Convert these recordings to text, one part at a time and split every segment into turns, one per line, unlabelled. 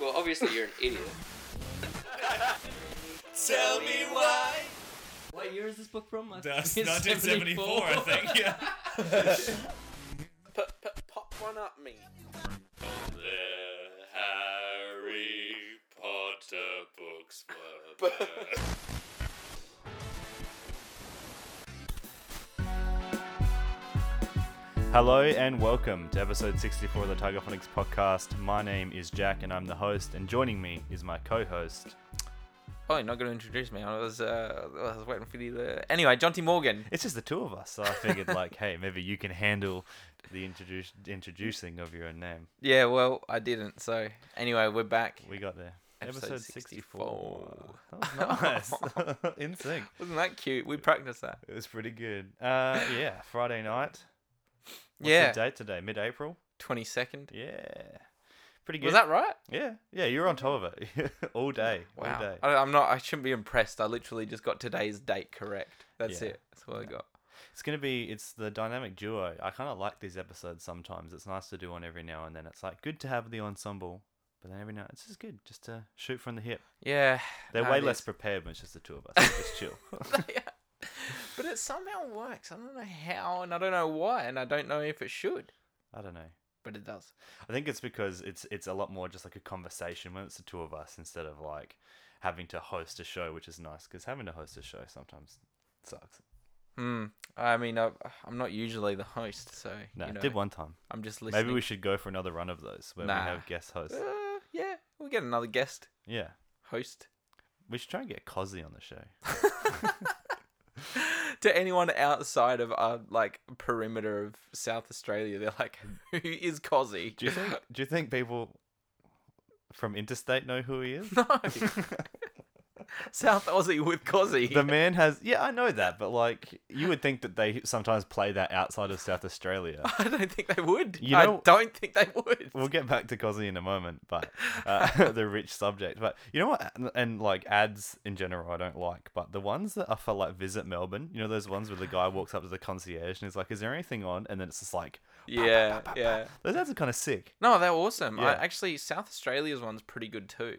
Well, obviously you're an idiot.
Tell me why.
What year is this book from?
That's 1974, I think. Yeah.
P- p- pop one up me.
The Harry Potter books were.
But-
Hello and welcome to episode 64 of the Tiger Phonics podcast. My name is Jack and I'm the host, and joining me is my co host.
Oh, you're not going to introduce me. I was, uh, I was waiting for you to. Anyway, John T. Morgan.
It's just the two of us, so I figured, like, hey, maybe you can handle the introduce- introducing of your own name.
Yeah, well, I didn't. So anyway, we're back.
We got there.
Episode 64.
That was nice. In sync.
Wasn't that cute? We practiced that.
It was pretty good. Uh, yeah, Friday night. What's
yeah,
the date today? Mid April?
twenty second.
Yeah. Pretty good.
Was that right?
Yeah, yeah, you're on top of it all day, all
Wow. Uh,
day.
I, I'm not. I shouldn't be impressed. I literally just got today's date correct. That's
Yeah.
it. That's what I got.
It's gonna be it's the dynamic duo. I kind of like these episodes sometimes. It's nice to do one every now and then. It's like good to have the ensemble, but then every now it's just good just to shoot from the hip.
Yeah.
They're
no,
way
it
less
is.
prepared when it's just the two of us. It's just chill.
but it somehow works. I don't know how, and I don't know why, and I don't know if it should,
I don't know.
but it does.
I think it's because it's it's a lot more just like a conversation when it's the two of us instead of like having to host a show, which is nice because having to host a show sometimes sucks.
Hmm. I mean, I, I'm not usually the host, so
No,
you know,
did one time.
I'm just listening.
Maybe we should go for another run of those where
Nah.
we have guest hosts.
Uh, yeah, we'll get another guest
Yeah,
host.
we should try and get Cosy on the show.
To anyone outside of our like perimeter of South Australia, they're like, "Who is Cozzy?"
Do you think? Do you think people from interstate know who he is?
no, South Aussie with Cozzy.
The man has. Yeah, I know that, but like, you would think that they sometimes play that outside of South Australia.
I don't think they would.
You
I
know-
don't think they would.
We'll get back to Cosy in a moment, but uh, the rich subject. But you know what? And, and, like ads in general, I don't like. But the ones that are for like visit Melbourne, you know, those ones where the guy walks up to the concierge and he's like, "Is there anything on?" And then it's just like,
yeah, yeah.
those ads are kind of sick.
No, they're awesome. I,
Yeah.
actually, South Australia's one's pretty good too.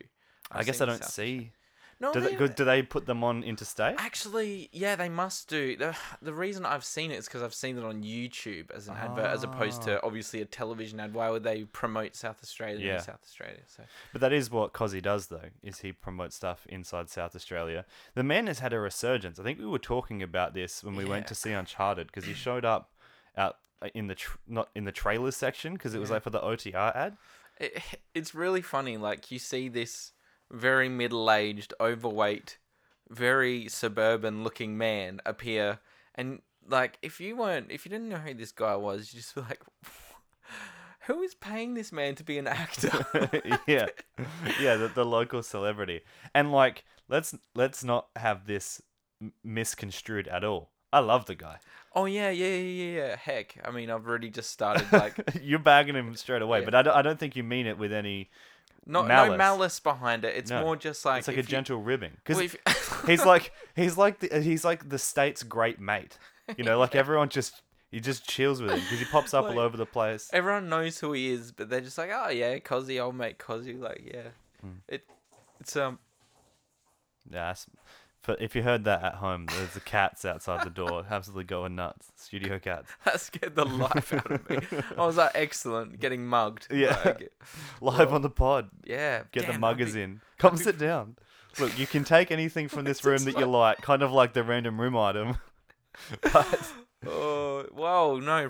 i
I've
guess I
seen
don't
South-
see.
No,
Do they,
they-
go- do they put them on interstate?
Actually, yeah, they must do. The, the reason I've seen it is because I've seen it on YouTube as an advert, as opposed to obviously a television ad. Why would they promote South Australia
Ah. Yeah.
in South Australia? So
But that is what Cozzy does, though, is he promotes stuff inside South Australia. The man has had a resurgence. I think we were talking about this when we went
Yeah.
to see Uncharted because he showed up out in the tr- not in the trailers section because it was like for the OTR ad.
it, it's really funny. Like you see this very middle-aged, overweight, very suburban-looking man appear, and like if you weren't, if you didn't know who this guy was, you just be like, who is paying this man to be an actor?
yeah, yeah, the, the local celebrity. And like, let's let's not have this m- misconstrued at all. I love the guy.
oh yeah, yeah, yeah, yeah, yeah. Heck, I mean, I've already just started like.
You're bagging him straight away,
Yeah.
but I don't, I don't think you mean it with any.
No,
malice.
no malice behind it. It's
No,
more just like
it's like a
if you-
gentle ribbing because
well, if-
he's like he's like the, he's like the state's great mate. You know, like everyone just he just chills with him because he pops up
Like-
all over the place.
everyone knows who he is, but they're just like, oh yeah, Cozzy, old mate Cozzy, like yeah.
Hmm.
It, it's um,
Yeah, that's- but if you heard that at home, there's the cats outside the door, absolutely going nuts. Studio cats.
that scared the life out of me. I was like, excellent, getting mugged.
Yeah.
Like,
Live on the pod.
yeah.
Get the
damn, I'd
muggers
be-
in. Come sit down. Look, you can take anything from this room that you like, kind of like the random room item. But
Oh, whoa, no,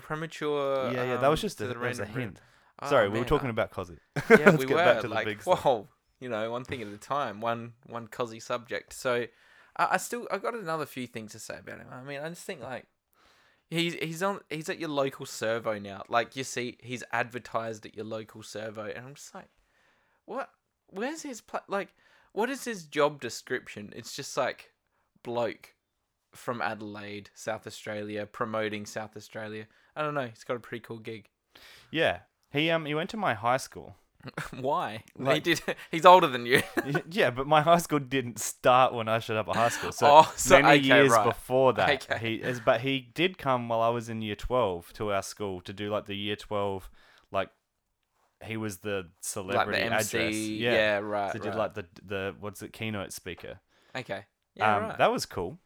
premature.
yeah, yeah, that was
um,
just
to
a,
the
that was a
random room.
hint.
Oh,
Sorry, we were
man,
talking
I-
about Cosy.
yeah,
Let's
we
get
were
back to the
like,
big stuff.
whoa, you know, one thing at a time, one one cosy subject. So, I, I still I got another few things to say about him. I mean, I just think like he's he's on he's at your local servo now. Like you see, he's advertised at your local servo, and I'm just like, what? Where's his pla- like? What is his job description? It's just like bloke from Adelaide, South Australia, promoting South Australia. I don't know. He's got a pretty cool gig.
Yeah. He um he went to my high school.
Why? he
Like-
did. He's older than you.
Y- yeah, but my high school didn't start when I showed up at high school. So,
Oh, so-
many
okay,
years
right.
before that,
Okay.
he is. But he did come while I was in year twelve to our school to do like the year twelve like he was the
like
celebrity
the MC.
address.
Yeah, right.
so did
right.
like the the what's it keynote speaker.
okay. Yeah,
um,
right.
that was cool.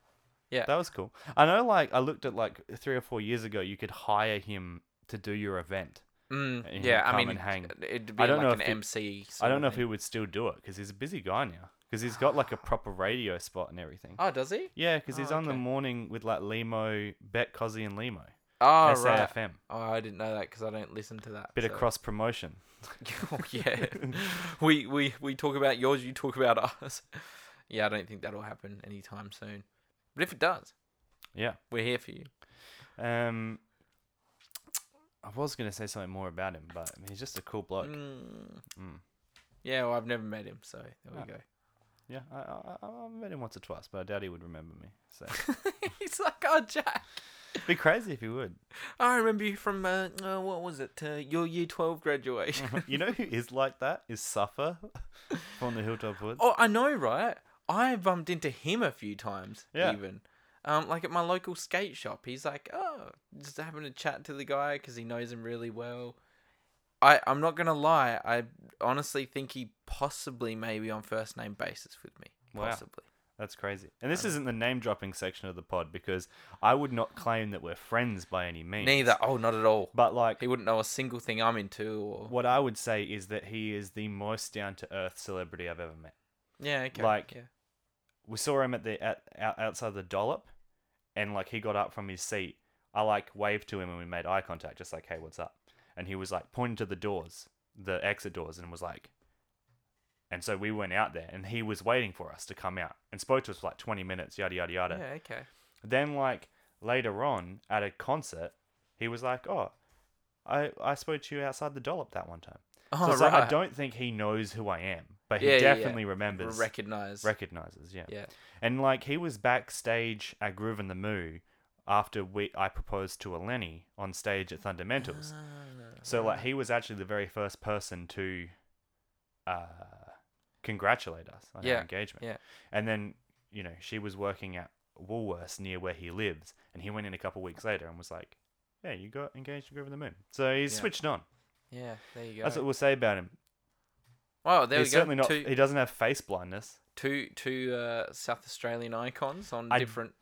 Yeah.
that was cool. I know, like I looked at like three or four years ago, you could hire him to do your event. and
mm,
he'd
yeah, I
come
mean,
and hang.
it- it'd be
I don't
like
know
an
if he-
MC.
I
sort
don't
of
know if
thing.
he would still do it because he's a busy guy now. Because he's got like a proper radio spot and everything.
Oh, does he?
Yeah, because he's
Oh,
on the
okay.
morning with like Limo, Bet Cozzy, and Limo.
Oh, right.
SAFM.
Oh, I didn't know that because I don't listen to that.
Bit
so-
of cross promotion.
Oh, yeah, we we we talk about yours. You talk about ours. Yeah, I don't think that'll happen anytime soon. But if it does,
Yeah.
we're here for you.
Um, I was gonna say something more about him, but I mean, he's just a cool bloke.
Mm.
Mm.
Yeah, well, I've never met him, so there we
Ah.
go.
Yeah, I, I, I I met him once or twice, but I doubt he would remember me. So
He's like, oh, Jack.
be crazy if he would.
I remember you from uh, uh, what was it? Uh, your year twelve graduation.
You know who is like that is Suffer from the Hilltop Woods.
oh, I know, right? I bumped into him a few times,
Yeah.
even. Um, like at my local skate shop, he's like, "Oh, just having a chat to the guy because he knows him really well." I I'm not gonna lie, I honestly think he possibly may be on first name basis with me,
Wow.
possibly.
That's crazy. And
Um,
this isn't the name dropping section of the pod because I would not claim that we're friends by any means.
Neither. Oh, not at all.
But like,
He wouldn't know a single thing I'm into, or
what I would say is that he is the most down to earth celebrity I've ever met.
yeah, okay,
like-
yeah.
we saw him at the at, out, outside the dollop, and like he got up from his seat. I like waved to him and we made eye contact, just like, "Hey, what's up?" And he was like pointing to the doors, the exit doors, and was like. And so we went out there, and he was waiting for us to come out, and spoke to us for like twenty minutes, yada yada yada.
yeah, okay.
Then like later on at a concert, he was like, "Oh, I I spoke to you outside the dollop that one time." So
Oh,
it's
right.
like, I don't think he knows who I am, but he
Yeah, yeah, yeah.
definitely remembers,
recognize.
recognizes, yeah.
yeah.
And like he was backstage at Groove and the Moo after we I proposed to Eleni on stage at Fundamentals.
Ah,
so like he was actually the very first person to uh congratulate us on
Yeah,
our engagement.
yeah.
And then, you know, she was working at Woolworths near where he lives and he went in a couple weeks later and was like, Yeah, you got engaged to Groove and the Moon. So he's
Yeah.
switched on.
Yeah, there you go.
That's what we'll say about him.
Well, there
he's
we go.
certainly not e-
Two-
he doesn't have face blindness.
two two uh, South Australian icons on
I-
different.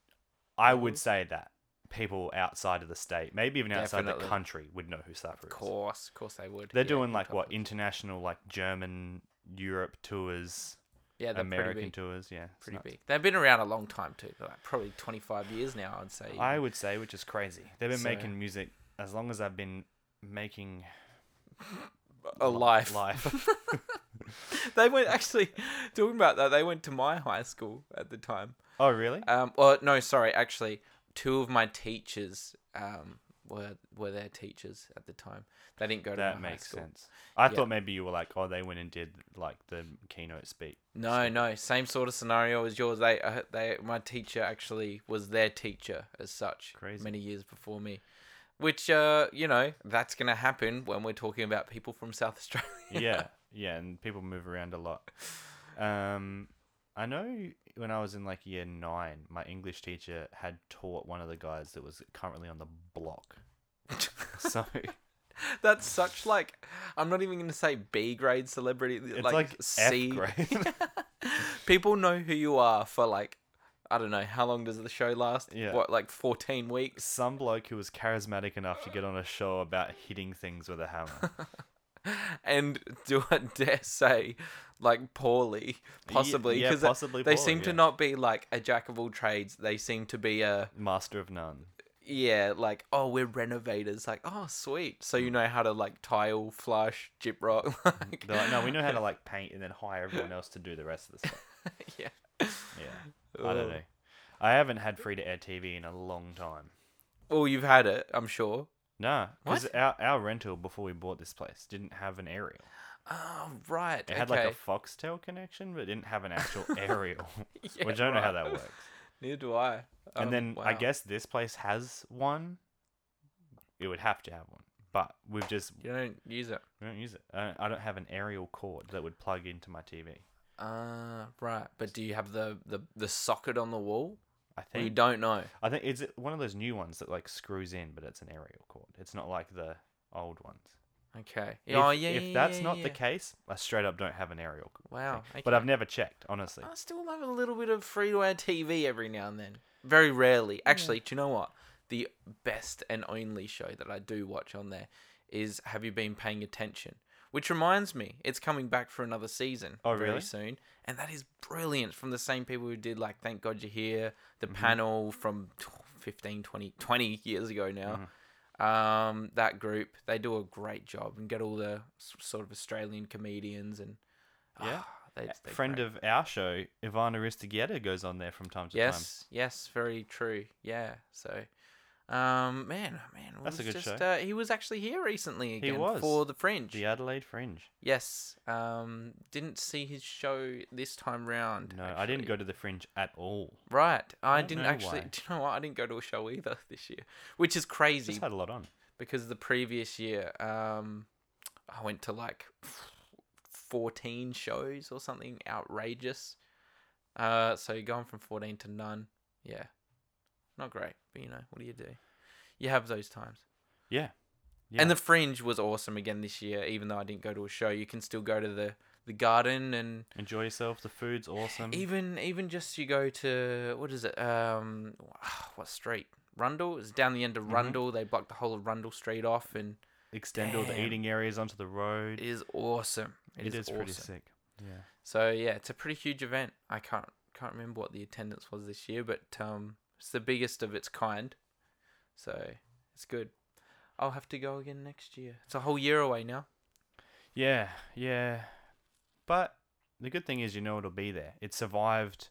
I
Mhm.
would say that people outside of the state, maybe even outside
Definitely.
the country, would know who Sapper is.
Of course, of course they would.
They're
yeah,
doing like
top
what
of-
international, like German, Europe tours,
Yeah, they're
American
pretty big.
tours. Yeah, it's
Pretty
nuts.
big. They've been around a long time too, like probably twenty five years now. I'd say.
I would say, which is crazy. They've been
So-
making music as long as I've been making
a
li-
life.
life.
They went actually talking about that. They went to my high school at the time.
oh, really?
Um, or no, sorry, actually, two of my teachers um were were their teachers at the time. They didn't go to
that
my high
makes
school.
sense. I
Yeah.
thought maybe you were like, oh, they went and did like the keynote speak.
No, no, same sort of scenario as yours. They, uh, they, my teacher actually was their teacher as such,
Crazy.
many years before me. Which, uh, you know, that's gonna happen when we're talking about people from South Australia.
yeah, yeah, and people move around a lot. Um, I know when I was in like year nine, my English teacher had taught one of the guys that was currently on the block. so
that's such like, I'm not even gonna say B grade celebrity.
it's
like,
like,
C.
F grade.
People know who you are for like, I don't know, how long does the show last?
Yeah.
What, like 14 weeks?
Some bloke who was charismatic enough to get on a show about hitting things with a hammer.
and do I dare say, like poorly, possibly
yeah,
because
possibly
they
poorly,
seem to
yeah.
not be like a jack of all trades. They seem to be a
Master of none.
yeah, like oh we're renovators, like oh sweet, so
Hmm.
you know how to like tile, flush, gyp rock, like
They're like, no, we know how to like paint and then hire everyone else to do the rest of the stuff.
yeah.
Yeah, I don't
Ugh.
know. I haven't had free to air TV in a long time.
Well, you've had it, I'm sure.
Nah, because our, our rental before we bought this place didn't have an aerial.
Oh right,
It
okay.
had like a Foxtel connection, but it didn't have an actual aerial,
Yeah,
which I don't know how
right.
that works.
Neither do I. Um,
and then I
wow.
guess this place has one. It would have to have one, but we've just
you don't use it.
we don't use it. I don't, I don't have an aerial cord that would plug into my TV.
Uh right, but do you have the the the socket on the wall?
I
Or you
think
don't know.
I think it's one of those new ones that like screws in, but it's an aerial cord. It's not like the old ones.
Okay.
If,
oh yeah.
if
yeah,
that's
yeah,
not
yeah.
the case, I straight up don't have an aerial. c-
Wow,
thing. But
okay. Oh,
I've never checked, honestly.
I still love a little bit of free to air TV every now and then. Very rarely.
Hmm.
Actually, do you know what? The best and only show that I do watch on there is Have You Been Paying Attention? Which reminds me, it's coming back for another season
Oh,
very
really?
soon. And that is brilliant from the same people who did, like, Thank God You're Here, the
Mm-hmm.
panel from tw- 15, 20, 20 years ago now.
Mm-hmm.
Um, that group, they do a great job and get all the s- sort of Australian comedians and.
Yeah.
ah, they,
A Friend of our show, Ivana Aristogieta, goes on there from time to time.
Yes, yes, very true. Yeah. So, um, man, oh, man,
That's a
was
good
just,
show.
Uh, he was actually here recently
He
again
was.
for the Fringe.
The Adelaide Fringe.
Yes. Um, didn't see his show this time round.
No, I didn't
actually.
go to the Fringe at all.
Right, I,
don't
didn't
know
actually.
why.
Do you know what? I didn't go to a show either this year, which is
Just
crazy
had a lot on.
because the previous year, um, I went to like fourteen shows or something outrageous. Uh, so going from fourteen to none, yeah, not great. But you know, what do you do? You have those times.
Yeah.
And the Fringe was awesome again this year, even though I didn't go to a show. You can still go to the the garden and
Enjoy yourself. The food's awesome.
even even just you go to what is it? Um, what street? Rundle. It's down the end of Rundle. They block the whole of Rundle Street off, and
Extend all the
Damn.
eating areas onto the road.
it is awesome.
it is,
awesome.
pretty sick. Yeah.
So yeah, it's a pretty huge event. I can't can't remember what the attendance was this year, but um, it's the biggest of its kind. So it's good. I'll have to go again next year. It's a whole year away now.
Yeah, yeah. But the good thing is, you know, it'll be there. It survived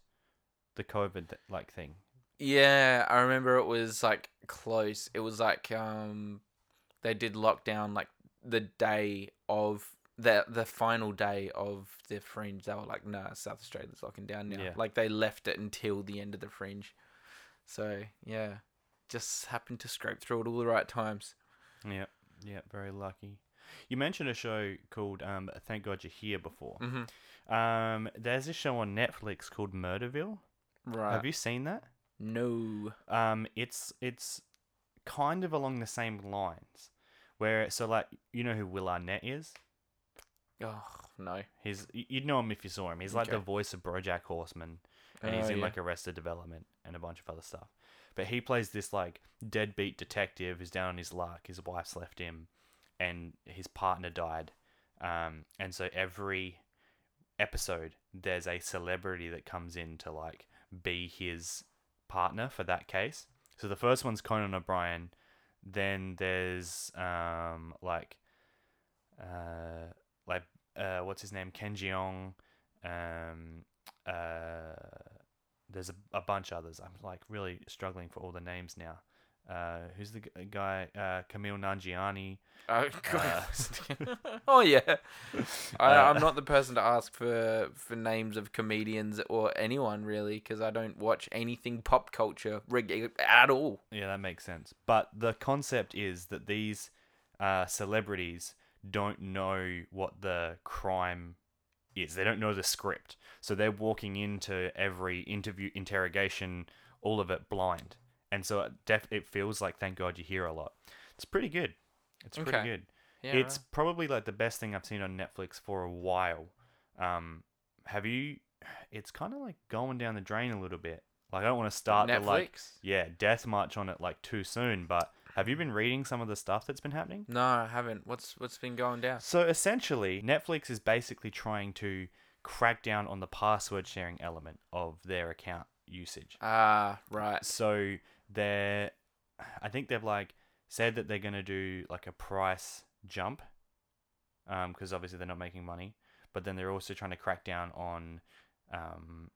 the COVID th- like thing.
Yeah, I remember it was like close. It was like um they did lockdown like the day of the the final day of the fringe. They were like, nah, South Australia's locking down now.
Yeah.
Like they left it until the end of the fringe. So yeah. Just happened to scrape through at all the right times.
Yeah, yeah. Very lucky. You mentioned a show called um, "Thank God You're Here" before.
Mhm.
Um, there's this show on Netflix called Murderville.
Right.
Have you seen that?
No.
um, it's it's kind of along the same lines where so like you know who Will Arnett is.
Oh no.
He's y- you'd know him if you saw him. He's like the
Okay.
voice of BoJack Horseman, and he's
Oh,
in
yeah.
like Arrested Development and a bunch of other stuff. But he plays this like deadbeat detective who's down on his luck. His wife's left him, and his partner died. Um, and so every episode, there's a celebrity that comes in to like be his partner for that case. So the first one's Conan O'Brien. Then there's um like uh like uh what's his name Ken Jeong. Um, uh, there's a, a bunch others. I'm like really struggling for all the names now. Uh, who's the g- guy? Uh, Camille Nangiani.
Oh,
Uh,
oh yeah. I,
Uh,
I'm not the person to ask for for names of comedians or anyone really because I don't watch anything pop culture reg- at all.
Yeah, that makes sense. But the concept is that these uh, celebrities don't know what the crime is. They don't know the script. So they're walking into every interview, interrogation, all of it blind. And so it, def- it feels like, thank God you hear a lot. It's pretty good. It's
Okay.
pretty good.
Yeah,
it's probably like the best thing I've seen on Netflix for a while. Um, have you? It's kind of like going down the drain a little bit. Like I don't want to start the like
Netflix?
yeah death march on it like too soon. But have you been reading some of the stuff that's been happening?
No, I haven't. What's what's been going down?
So essentially, Netflix is basically trying to crack down on the password sharing element of their account usage.
Ah, right.
So they're, I think they've like said that they're gonna do like a price jump, um, because obviously they're not making money, but then they're also trying to crack down on, um,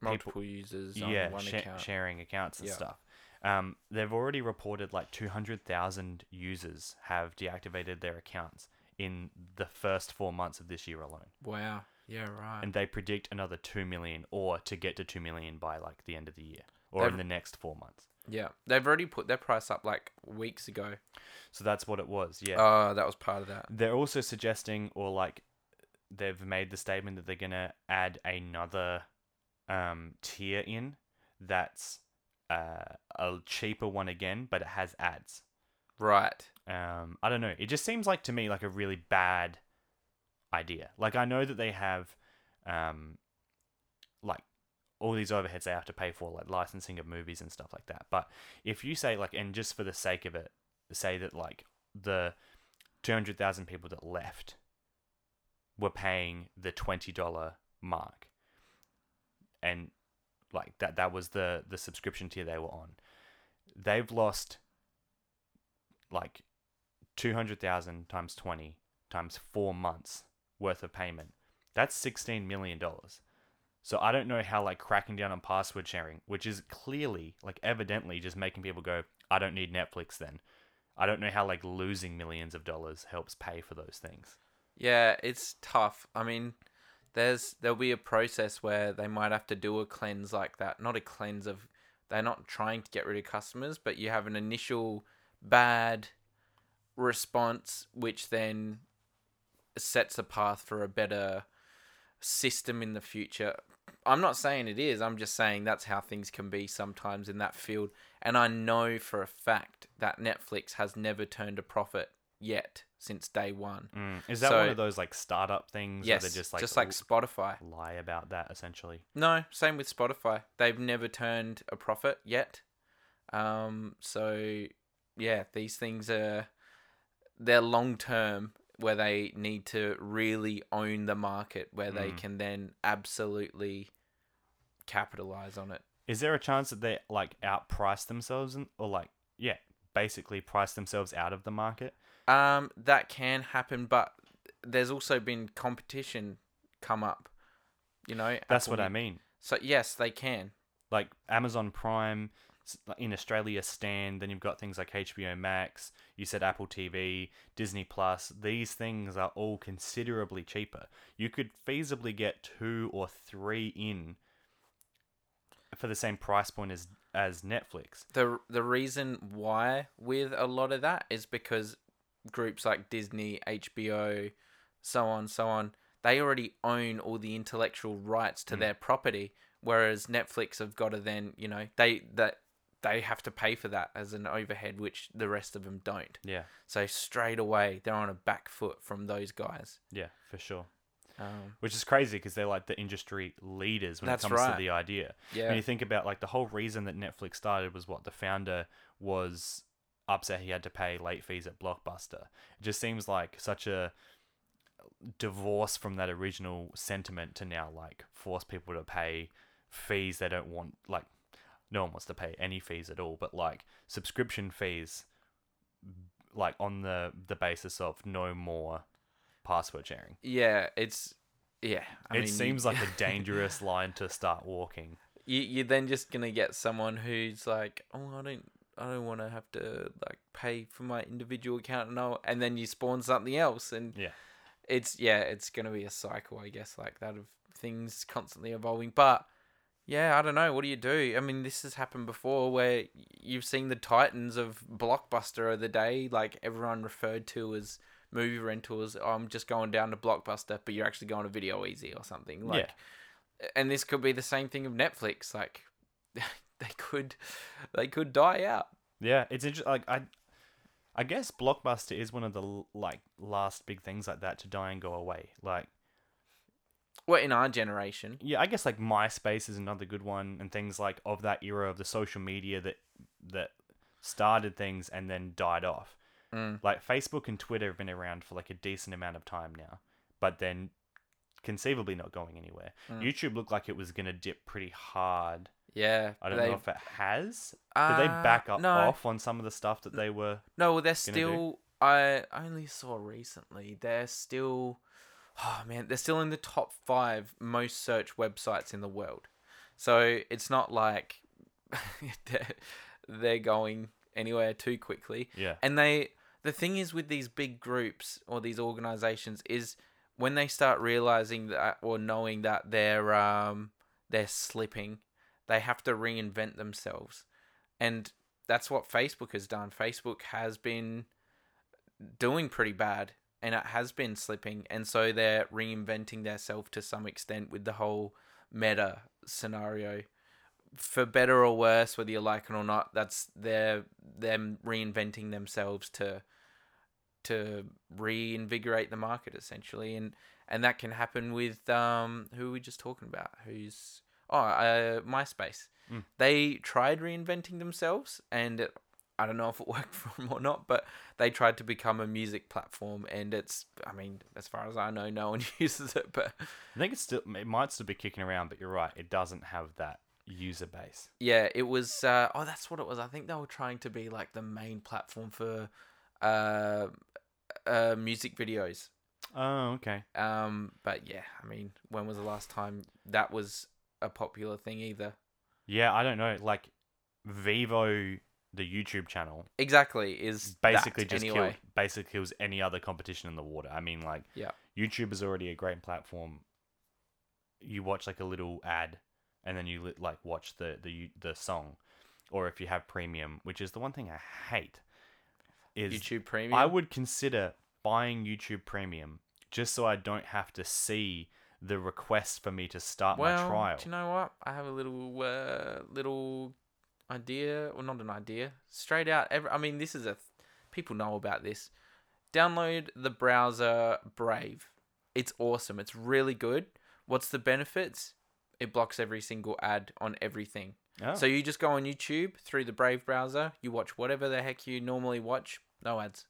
Multiple users on
yeah,
one
sha-
account.
sharing accounts and
Yeah.
stuff. Um, they've already reported like two hundred thousand users have deactivated their accounts in the first four months of this year alone,
Wow. Yeah, right.
and they predict another two million or to get to two million by like the end of the year or
They've-
in the next four months.
yeah, they've already put their price up like weeks ago.
So that's what it was. Yeah.
Oh, that was part of that.
They're also suggesting, or like, they've made the statement that they're gonna add another um, tier in that's uh, a cheaper one again, but it has ads.
Right.
um, I don't know. It just seems like to me like a really bad idea. Like I know that they have, um, like all these overheads they have to pay for, like licensing of movies and stuff like that. But if you say like, and just for the sake of it, say that like the two hundred thousand people that left were paying the twenty dollar mark, and like that that was the the subscription tier they were on. They've lost like 200,000 times 20 times 4 months worth of payment. That's 16 million dollars. So I don't know how like cracking down on password sharing, which is clearly like evidently just making people go, I don't need Netflix then. I don't know how like losing millions of dollars helps pay for those things.
Yeah, it's tough. I mean, there's there'll be a process where they might have to do a cleanse like that. Not a cleanse of they're not trying to get rid of customers, but you have an initial bad response which then sets a path for a better system in the future. I'm not saying it is, I'm just saying that's how things can be sometimes in that field. And I know for a fact that Netflix has never turned a profit yet since day one.
Is that one
So-
of those like startup things
Yes,
where they just like,
just like
l-
Spotify.
lie about that essentially?
No, same with Spotify. They've never turned a profit yet. Um, so yeah, these things are they're long term where they need to really own the market where they
Mm.
can then absolutely capitalize on it.
Is there a chance that they like outprice themselves and or like yeah, basically price themselves out of the market?
Um, that can happen, but there's also been competition come up. You know,
That's
Apple
what I
Mu-
mean.
So yes, they can.
Like Amazon Prime s- in Australia stand, then you've got things like HBO Max, you said Apple TV, Disney Plus. These things are all considerably cheaper. You could feasibly get two or three in for the same price point as as Netflix.
the the reason why with a lot of that is because groups like Disney, HBO, so on, so on, they already own all the intellectual rights
Hmm.
to their property, whereas Netflix have got to then, you know, they that they have to pay for that as an overhead, which the rest of them don't.
Yeah.
So straight away, they're on a back foot from those guys.
Yeah, for sure.
Um,
which is crazy because they're like the industry leaders when
That's
it comes
right.
to the idea.
Yeah.
When you think about like the whole reason that Netflix started was what the founder was upset he had to pay late fees at Blockbuster. It just seems like such a divorce from that original sentiment to now like force people to pay fees they don't want like no one wants to pay any fees at all but like subscription fees like on the the basis of no more password sharing
yeah, it's yeah. I
it
mean, you-
seems like a dangerous line to start walking.
you you're then just gonna get someone who's like, oh, I don't, I don't want to have to like pay for my individual account and all, and then you spawn something else, and
Yeah.
it's yeah, it's gonna be a cycle, I guess, like that of things constantly evolving, but. Yeah, I don't know. What do you do? I mean, this has happened before where you've seen the titans of Blockbuster of the day, like everyone referred to as movie rentals. Oh, I'm just going down to Blockbuster, but you're actually going to Video Easy or something. Like, and this could be the same thing of Netflix. Like they could, they could die out.
Yeah, it's interesting. Like I, I guess Blockbuster is one of the l- like last big things like that to die and go away. Like
Well, in our generation,
yeah, I guess like MySpace is another good one, and things like of that era of the social media that that started things and then died off.
Mm.
Like Facebook and Twitter have been around for like a decent amount of time now, but then conceivably not going anywhere.
Mm.
YouTube looked like it was gonna dip pretty hard.
yeah,
I don't
they-
know if it has. Did they
Uh,
back up
no.
off on some of the stuff that they were?
No, well, they're
do?
still. I only saw recently. They're still. Oh man, they're still in the top five most searched websites in the world. So it's not like they're, they're going anywhere too quickly.
Yeah.
And they. The thing is with these big groups or these organizations is when they start realizing that or knowing that they're um they're slipping, they have to reinvent themselves and that's what Facebook has done. Facebook has been doing pretty bad, and it has been slipping, and so they're reinventing themselves to some extent with the whole meta scenario. For better or worse, whether you like it or not, that's they're them reinventing themselves to to reinvigorate the market essentially, and and that can happen with um who were we just talking about? Who's oh uh, MySpace?
Mm.
They tried reinventing themselves, and it, I don't know if it worked for them or not, but they tried to become a music platform, and it's I mean as far as I know, no one uses it, but
I think it's still it might still be kicking around, but you're right. It doesn't have that user base.
Yeah, it was. Uh, oh, that's what it was. I think they were trying to be like the main platform for uh, uh, music videos.
Oh, okay.
Um, but yeah, I mean, when was the last time that was a popular thing either?
Yeah, I don't know. Like Vivo, the YouTube channel,
Exactly is that
basically just
anyway.
kill, basically kills any other competition in the water. I mean, like
Yeah.
YouTube is already a great platform. You watch like a little ad, and then you li- like watch the the you- the song, or if you have premium, which is the one thing I hate, is
YouTube Premium.
I would consider buying YouTube Premium just so I don't have to see the request for me to start
well,
my trial.
do you know what? I have a little uh, little idea, or not an idea. Straight out. Every, I mean, this is a th- people know about this. Download the browser Brave. It's awesome. It's really good. What's the benefits? It blocks every single ad on everything.
Oh,
So you just go on YouTube through the Brave browser. You watch whatever the heck you normally watch. No ads.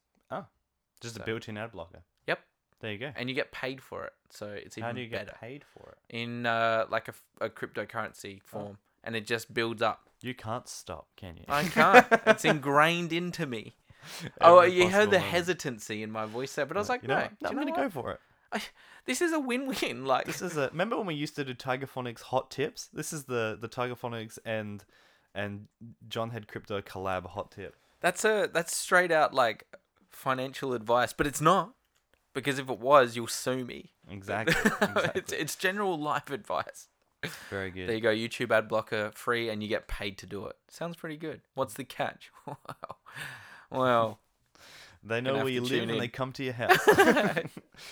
just
so-
a built-in ad blocker.
Yep.
There you go.
And you get paid for it. So it's even
How do you get
better.
paid for it?
In uh, like a, f- a cryptocurrency form. And it just builds up.
You can't stop, can you?
I can't. it's ingrained into me. oh,
Every
you heard
possible
the
moment.
hesitancy in my voice there, but I was like,
You know
no,
what?
do
I'm
you know
gonna
what?
go for it.
This is a win-win. Like,
This is a. Remember when we used to do Tiger Phonics hot tips? This is the the Tiger Phonics and and John Head Crypto collab hot tip.
that's a that's straight out like financial advice, but it's not because if it was, you'll sue me.
Exactly.
it's
exactly.
it's general life advice.
Very good.
There you go. YouTube ad blocker free, and you get paid to do it. Sounds pretty good. What's the catch? wow. Well,
They know
have
where you
to
live
tune
and they
in.
come to your house.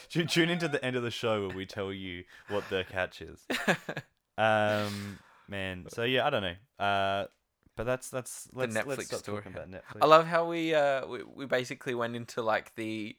Tu- Tune into the end of the show where we tell you what the catch is. Um, man. So yeah, I don't know. Uh, but that's that's let's,
Netflix
let's stop
story.
talking about Netflix.
I love how we uh we, we basically went into like the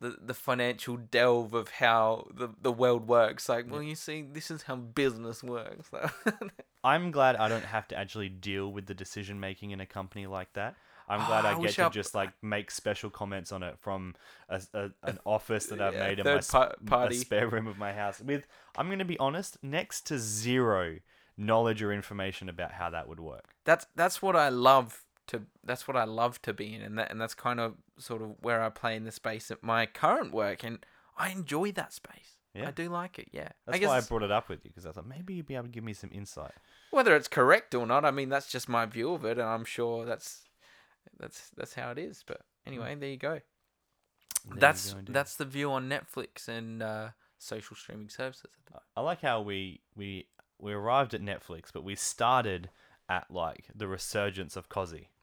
the, the financial delve of how the, the world works. Like, well, you see, this is how business works.
I'm glad I don't have to actually deal with the decision making in a company like that. I'm glad
Ah,
I
I
get
wish
to
I-
just like make special comments on it from a, a, an office that I've
yeah,
made in
third
my sp-
par-
a
party.
spare room of my house. With I'm going to be honest, next to zero knowledge or information about how that would work.
that's that's what I love to. That's what I love to be in, and that and that's kind of sort of where I play in the space at my current work, and I enjoy that space.
Yeah.
I do like it. Yeah,
That's
I guess
why I
it's-
brought it up with you because I thought maybe you'd be able to give me some insight.
whether it's correct or not, I mean, that's just my view of it, and I'm sure that's that's that's how it is. But anyway, there you go.
Mm. There you
that's
go, indeed.
that's the view on Netflix and uh, social streaming services.
I like how we we we arrived at Netflix, but we started at like the resurgence of Cosy.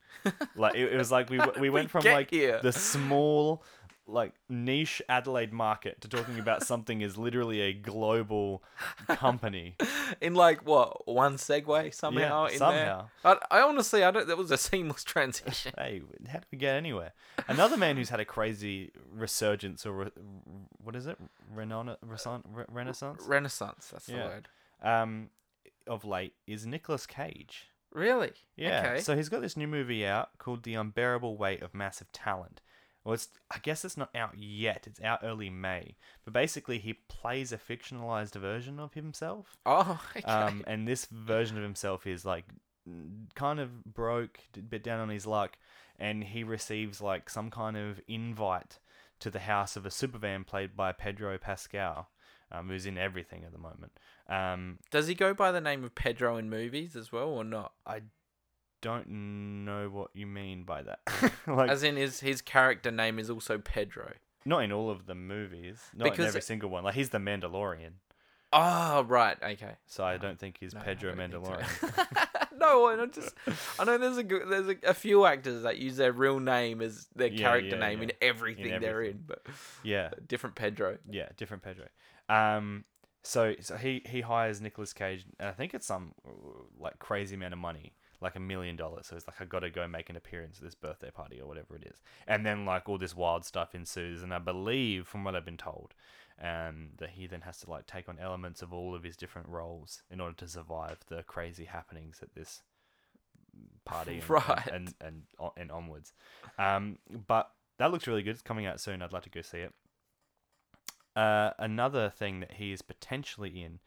like it, it was like we w- we went from
get
like
here?
the small like niche Adelaide market to talking about something is literally a global company.
In like what one segue somehow in
somehow.
there. I, I honestly I don't. That was a seamless transition.
Hey, how do we get anywhere? Another man who's had a crazy resurgence or re- what is it? Renona, reson- re- renaissance?
Renaissance. That's
Yeah.
the word.
um, of late is Nicolas Cage.
Really?
Yeah.
Okay.
So he's got this new movie out called The Unbearable Weight of Massive Talent. Well, it's I guess it's not out yet. It's out early May. But basically, he plays a fictionalized version of himself.
oh. Okay.
Um, and this version of himself is like n- kind of broke, d- bit down on his luck, and he receives like some kind of invite to the house of a supervan played by Pedro Pascal, um, who's in everything at the moment. Um,
Does he go by the name of Pedro in movies as well, or not?
I don't know what you mean by that. like,
As in, his his character name is also Pedro.
not in all of the movies, not in
Because-
every single one. Like, he's the Mandalorian,
Ah, right. Okay.
so I don't think he's
No, I
Pedro
don't think so.
Mandalorian.
no, I just I know there's a g- there's a, a few actors that use their real name as their
Yeah,
character
yeah,
name
yeah.
in everything
In
they're
everything.
in, but
yeah,
different Pedro.
yeah, different Pedro. Um, so so he he hires Nicolas Cage, and I think it's some uh, like crazy amount of money, like a million dollars. So it's like I gotta go make an appearance at this birthday party or whatever it is. And then like all this wild stuff ensues, and I believe from what I've been told, um, that he then has to like take on elements of all of his different roles in order to survive the crazy happenings at this party and, and-
Right.
and, and and onwards. Um, but that looks really good. It's coming out soon. I'd like to go see it. Uh, another thing that he is potentially in,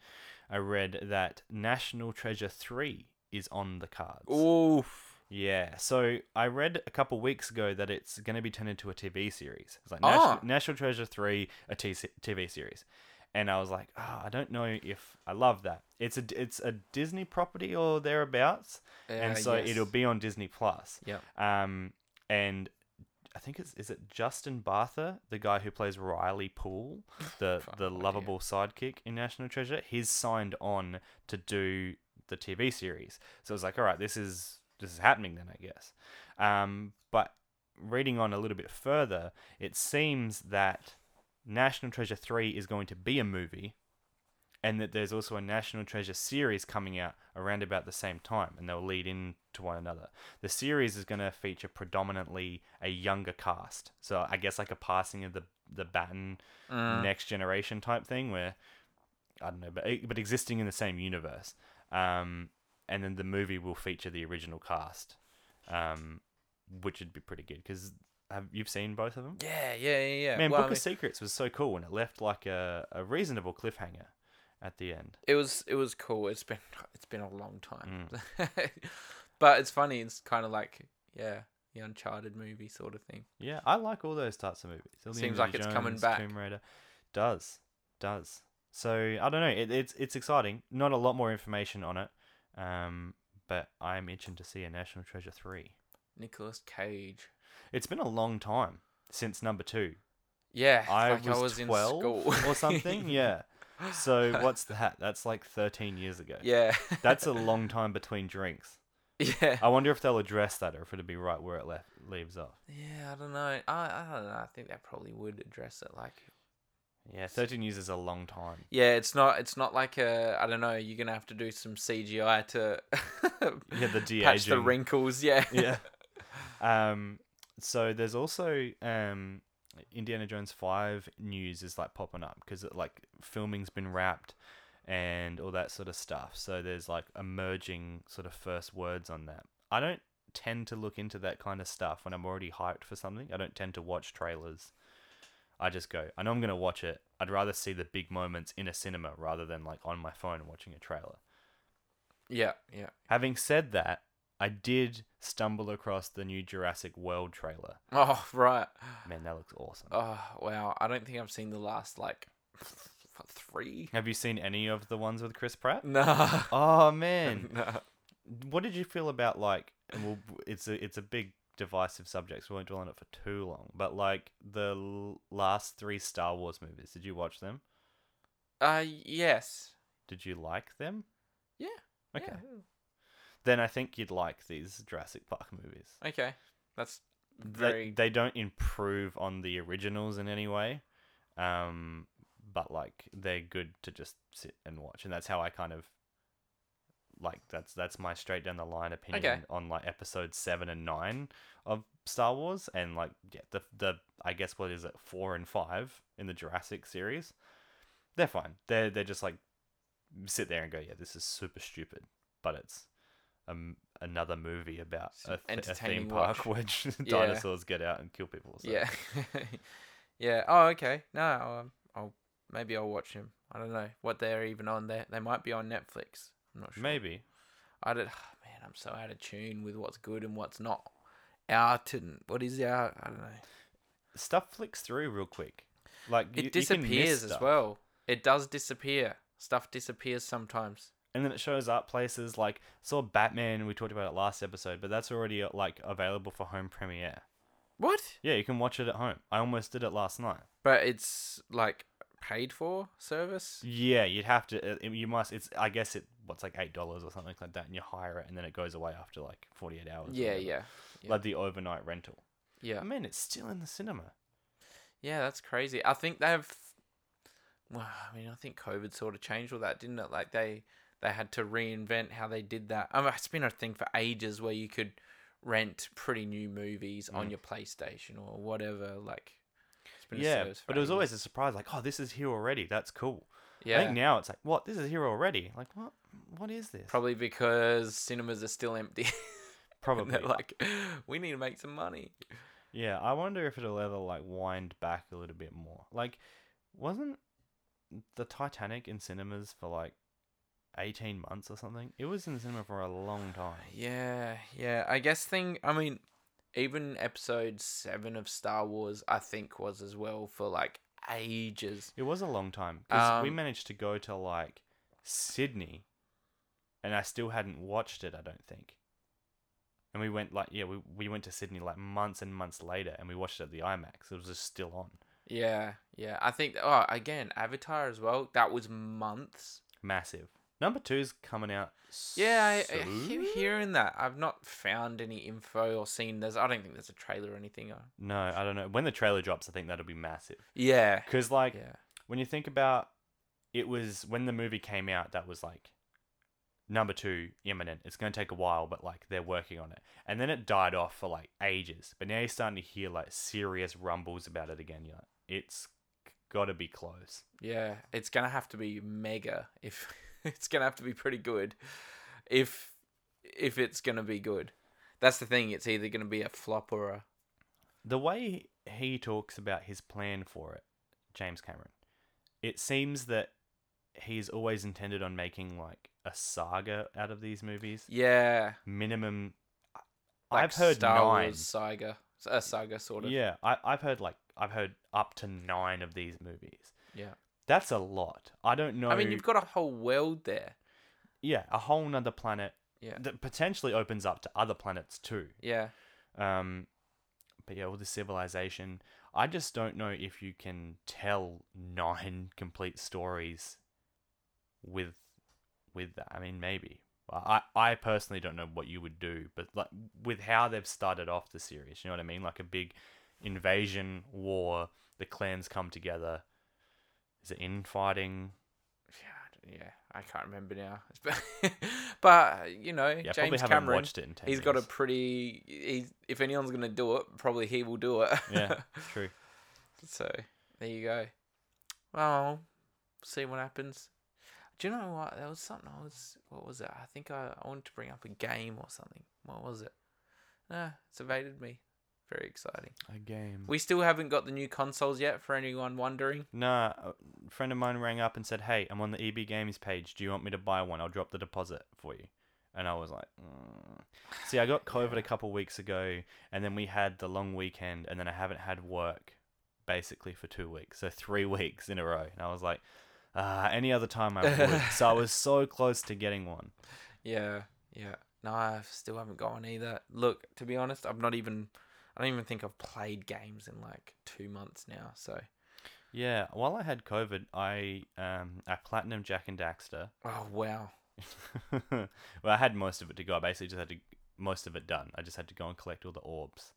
I read that National Treasure Three is on the cards.
Oof.
Yeah, so I read a couple weeks ago that it's going to be turned into a TV series. It's like
Ah.
National, National Treasure 3, a T- TV series. And I was like, oh, I don't know if I love that. It's a it's a Disney property or thereabouts, and
Ah,
so
yes.
it'll be on Disney Plus.
Yep.
Um, and I think it's is it Justin Bartha, the guy who plays Riley Poole, the the
idea.
lovable sidekick in National Treasure. He's signed on to do the TV series, so it's like, all right, this is this is happening then, I guess. Um, but reading on a little bit further, it seems that National Treasure Three is going to be a movie. And that there's also a National Treasure series coming out around about the same time, and they'll lead into one another the series is going to feature predominantly a younger cast. So I guess like a passing of the the baton, next generation type thing, where I don't know, but eh, but existing in the same universe. Um, and then the movie will feature the original cast, um, which would be pretty good because have you've seen both of them?
Yeah, yeah, yeah, yeah.
Man,
Well, I
Book
mean,
of Secrets was so cool, and it left like a, a reasonable cliffhanger at the end.
it was it was cool. It's been it's been a long time,
Mm.
but it's funny. It's kind of like yeah, the Uncharted movie sort of thing.
Yeah, I like all those types of movies. All the
Seems
Indiana
like it's coming
Jones,
back.
Tomb Raider does does. So I don't know. It, it's it's exciting. Not a lot more information on it, um, but I'm itching to see a National Treasure three.
Nicolas Cage.
It's been a long time since number two.
Yeah,
I,
like
was
I was in
twelve
school
or something. Yeah. So what's that? That's like thirteen years ago.
yeah,
That's a long time between drinks.
yeah.
I wonder if they'll address that or if it'll be right where it left leaves off.
Yeah, I don't know. I, I don't know. I think that probably would address it. Like,
Yeah, thirteen years is a long time.
yeah, it's not. It's not like a. I don't know. You're gonna have to do some CGI to.
Yeah, the
Patch the
de-aging.
wrinkles. Yeah.
yeah. Um, so there's also um, Indiana Jones Five news is like popping up because like filming's been wrapped and all that sort of stuff. So there's like emerging sort of first words on that. I don't tend to look into that kind of stuff when I'm already hyped for something. I don't tend to watch trailers. I just go. I know I'm gonna watch it. I'd rather see the big moments in a cinema rather than like on my phone watching a trailer.
Yeah. Yeah.
Having said that, I did stumble across the new Jurassic World trailer.
Oh right.
Man, that looks awesome.
Oh wow. I don't think I've seen the last like three.
Have you seen any of the ones with Chris Pratt?
Nah.
Oh man,
nah.
what did you feel about like? and Well, it's a it's a big divisive subject. So we won't dwell on it for too long. But like the l- last three Star Wars movies, did you watch them?
Uh yes.
Did you like them?
Yeah.
Okay.
yeah.
Then I think you'd like these Jurassic Park movies.
Okay. That's
they,
very.
they don't improve on the originals in any way um but like they're good to just sit and watch and that's how i kind of like that's that's my straight down the line opinion
Okay.
on like episode 7 and 9 of star wars and like yeah the the i guess what is it 4 and 5 in the jurassic series they're fine they're they're just like sit there and go yeah this is super stupid but it's um, another movie about
Some
a, th- a theme
entertaining
park
watch.
where
Yeah.
dinosaurs get out and kill people. So.
Yeah. yeah. Oh, okay. No, I'll, um, I'll maybe I'll watch him. I don't know what they're even on there. They might be on Netflix. I'm not sure.
maybe.
I don't. man, I'm so out of tune with what's good and what's not. Out and what is out? I don't know.
Stuff flicks through real quick. Like you-
It
you can miss
disappears as
stuff.
well. It does disappear. Stuff disappears sometimes.
and then it shows up places like saw Batman. We talked about it last episode, but that's already uh, like available for home premiere.
What?
Yeah, you can watch it at home. I almost did it last night.
But it's like paid for service.
Yeah, you'd have to. uh, It, you must. It's. I guess it. What's like eight dollars or something like that, and you hire it, and then it goes away after like forty eight hours. or
Yeah,
whatever.
yeah, yeah.
Like the overnight rental.
yeah.
I mean, it's still in the cinema.
Yeah, that's crazy. I think they've. Well, I mean, I think COVID sort of changed all that, didn't it? Like they they had to reinvent how they did that. I mean, it's been a thing for ages where you could rent pretty new movies
Mm.
on your PlayStation or whatever. Like, it's been a
yeah,
service for
but it was
ages.
always a surprise. Like, oh, this is here already. That's cool.
yeah.
I think now it's like, what? This is here already. Like, what? What is this?
Probably because cinemas are still empty. and
Probably.
they're like, we need to make some money.
Yeah, I wonder if it'll ever like wind back a little bit more. Like, wasn't the Titanic in cinemas for like eighteen months or something? It was in the cinema for a long time.
Yeah, yeah. I guess thing. I mean, even episode seven of Star Wars, I think, was as well for like ages.
It was a long time because we
Um,
managed to go to like Sydney, and I still hadn't watched it. I don't think. And we went like yeah, we we went to Sydney like months and months later, and we watched it at the IMAX. It was just still on.
Yeah, yeah. I think. Oh, again, Avatar as well. That was months.
Massive. Number two's coming out.
Yeah, I, I
soon?
keep hearing that. I've not found any info or seen. There's. I don't think there's a trailer or anything. uh,
No, I don't know. When the trailer drops, I think that'll be massive.
Yeah.
Because, like,
Yeah.
when you think about it was when the movie came out, that was like number two, imminent. It's going to take a while, but like they're working on it. And then it died off for like ages. But now you're starting to hear like serious rumbles about it again. You're like, it's got to be close.
Yeah, it's gonna have to be mega. If it's gonna have to be pretty good, if if it's gonna be good, that's the thing. It's either gonna be a flop or a
The way he talks about his plan for it, James Cameron, it seems that he's always intended on making like a saga out of these movies.
yeah.
minimum.
Like
I've heard
Star
nine.
Wars saga, a saga sort of.
Yeah, I, I've heard like I've heard up to nine of these movies.
Yeah.
That's a lot. I don't know.
I mean, you've got a whole world there.
yeah, a whole nother planet
Yeah.
that potentially opens up to other planets too.
Yeah.
Um, but yeah, all the civilization. I just don't know if you can tell nine complete stories with with that. I mean, maybe. I I I personally don't know what you would do, but like with how they've started off the series, you know what I mean? Like a big invasion war, the clans come together. Is it infighting?
Yeah, I d- yeah, I can't remember now. It's been- but you know,
Yeah, I probably
James
haven't
Cameron,
watched it in 10
he's got a
years.
pretty. He's, if anyone's gonna do it, probably he will do it.
Yeah, true.
So there you go. Well, see what happens. Do you know what? There was something I was. What was it? I think I, I wanted to bring up a game or something. What was it? Nah, it's evaded me. Very exciting.
A game.
We still haven't got the new consoles yet, for anyone wondering.
Nah, a friend of mine rang up and said, "Hey, I'm on the EB Games page. Do you want me to buy one? I'll drop the deposit for you." And I was like, mm. "See, I got COVID a couple weeks ago, and then we had the long weekend, and then I haven't had work basically for two weeks, so three weeks in a row." And I was like, "Ah, any other time I would." so I was so close to getting one.
Yeah, yeah. No, I still haven't got one either. Look, to be honest, I'm not even. I don't even think I've played games in like two months now. So,
Yeah, while I had COVID, I um I platinum Jack and Daxter.
oh wow.
well, I had most of it to go. I basically just had to most of it done. I just had to go and collect all the orbs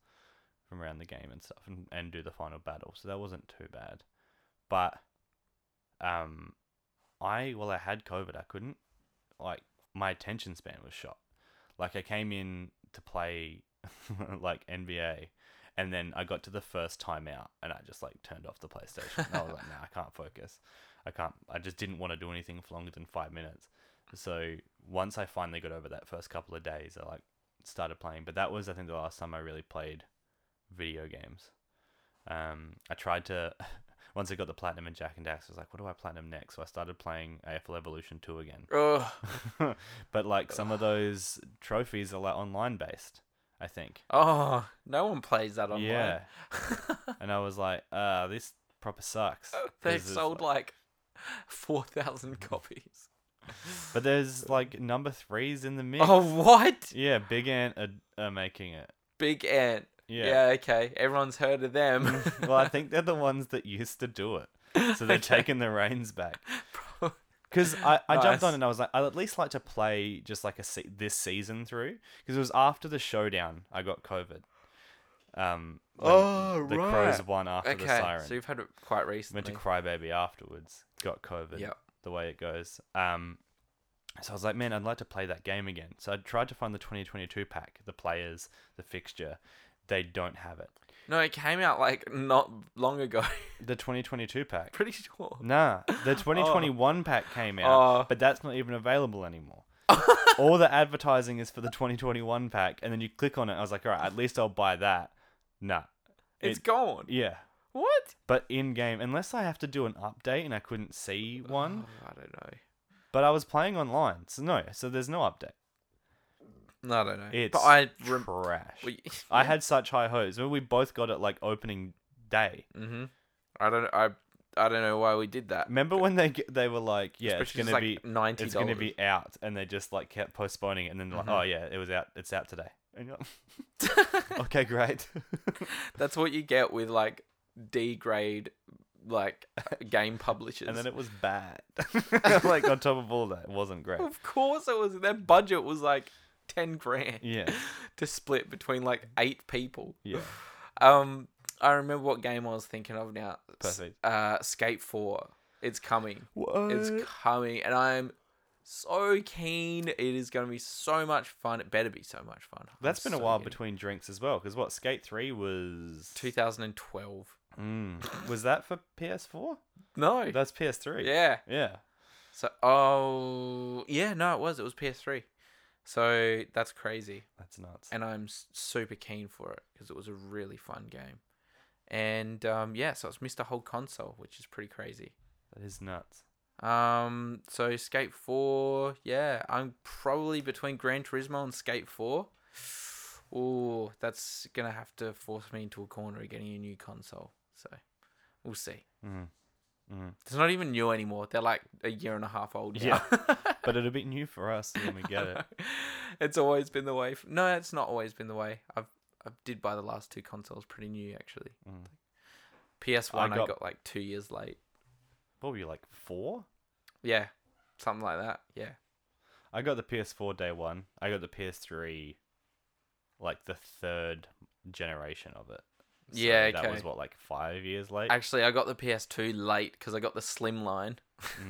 from around the game and stuff, and, and do the final battle. So that wasn't too bad. But um, I well, I had COVID. I couldn't like my attention span was shot. Like I came in to play like NBA. And then I got to the first timeout, and I just like turned off the PlayStation. I was like, "Nah, I can't focus. I can't. I just didn't want to do anything for longer than five minutes." So once I finally got over that first couple of days, I like started playing. But that was I think the last time I really played video games. Um, I tried to once I got the platinum and Jack and Dax, I was like, what do I platinum next? So I started playing AFL Evolution Two again.
Oh,
but like some of those trophies are like online based, I think.
oh. No one plays that online.
Yeah, and I was like, uh, this proper sucks.
They
'Cause it's
sold like four thousand copies.
but there's like number threes in the mix.
Oh what?
Yeah, Big Ant are, are making it.
Big Ant.
Yeah.
Yeah. okay. Everyone's heard of them.
well, I think they're the ones that used to do it. So they're taking the reins back. Because I, I jumped on
Nice.
and I was like, I'd at least like to play just like a se- this season through. Because it was after the showdown I got COVID. Um, when
Oh,
the
right.
crows won after the
okay,
siren.
so you've had it quite recently.
Went to Crybaby afterwards. Got COVID.
Yep.
The way it goes. Um, So I was like, man, I'd like to play that game again. So I tried to find the 2022 pack, the players, the fixture. They don't have it.
No, it came out like not long ago.
The 2022 pack.
Pretty sure.
Nah, the 2021 pack came out,
Oh.
but that's not even available anymore. all the advertising is for the 2021 pack, and then you click on it. I was like, all right, at least I'll buy that. Nah,
It's
It-
gone.
yeah.
What?
But in game, unless I have to do an update and I couldn't see one,
Oh, I don't know.
but I was playing online, so no, so there's no update.
No, I don't know.
It's
but I rem-
trash.
we-
I had such high hopes. Remember, we both got it like opening day.
Mhm. I don't. I. I don't know why we did that.
Remember when they g- they were like, yeah,
Especially
it's
just,
gonna
like,
be
ninety.
it's gonna be out, and they just like kept postponing it, and then they're like,
Mhm.
oh yeah, it was out, it's out today. And you're like, okay, great.
That's what you get with like D grade, like game publishers.
and then it was bad. like on top of all that, it wasn't great.
of course it was. Their budget was like ten grand
Yeah, Mm.
to split between like eight people.
yeah,
Um, I remember what game I was thinking of now. S-
Perfect.
Uh, Skate Four. It's coming. It's
What?
coming, and I'm so keen. It is going to be so much fun. It better be so much fun.
That's
I'm
been a
so
while
keen.
between drinks as well, because what Skate Three was
2012.
Mm. was that for PS4?
No.
That's PS3.
yeah.
yeah.
So oh yeah, no, it was. It was PS3. So that's crazy,
That's nuts.
and I'm s- super keen for it because it was a really fun game. And um, yeah, so it's missed a whole console, which is pretty crazy.
That is nuts.
Um, so Skate Four, yeah, I'm probably between Gran Turismo and Skate Four. Ooh, that's gonna have to force me into a corner of getting a new console. So we'll see.
Mm. Mm.
It's not even new anymore. They're like a year and a half old. Now.
But it'll be new for us when we get it.
it's always been the way. f no, it's not always been the way. I've I did buy the last two consoles pretty new actually.
Mm.
PS One
I
I
got-
got... like two years late.
What were you like four?
Yeah, something like that. Yeah.
I got the PS4 day one. I got the PS3, like the third generation of it. So
Yeah,
That was
okay.
what like five years late.
Actually, I got the PS2 late because I got the slim line.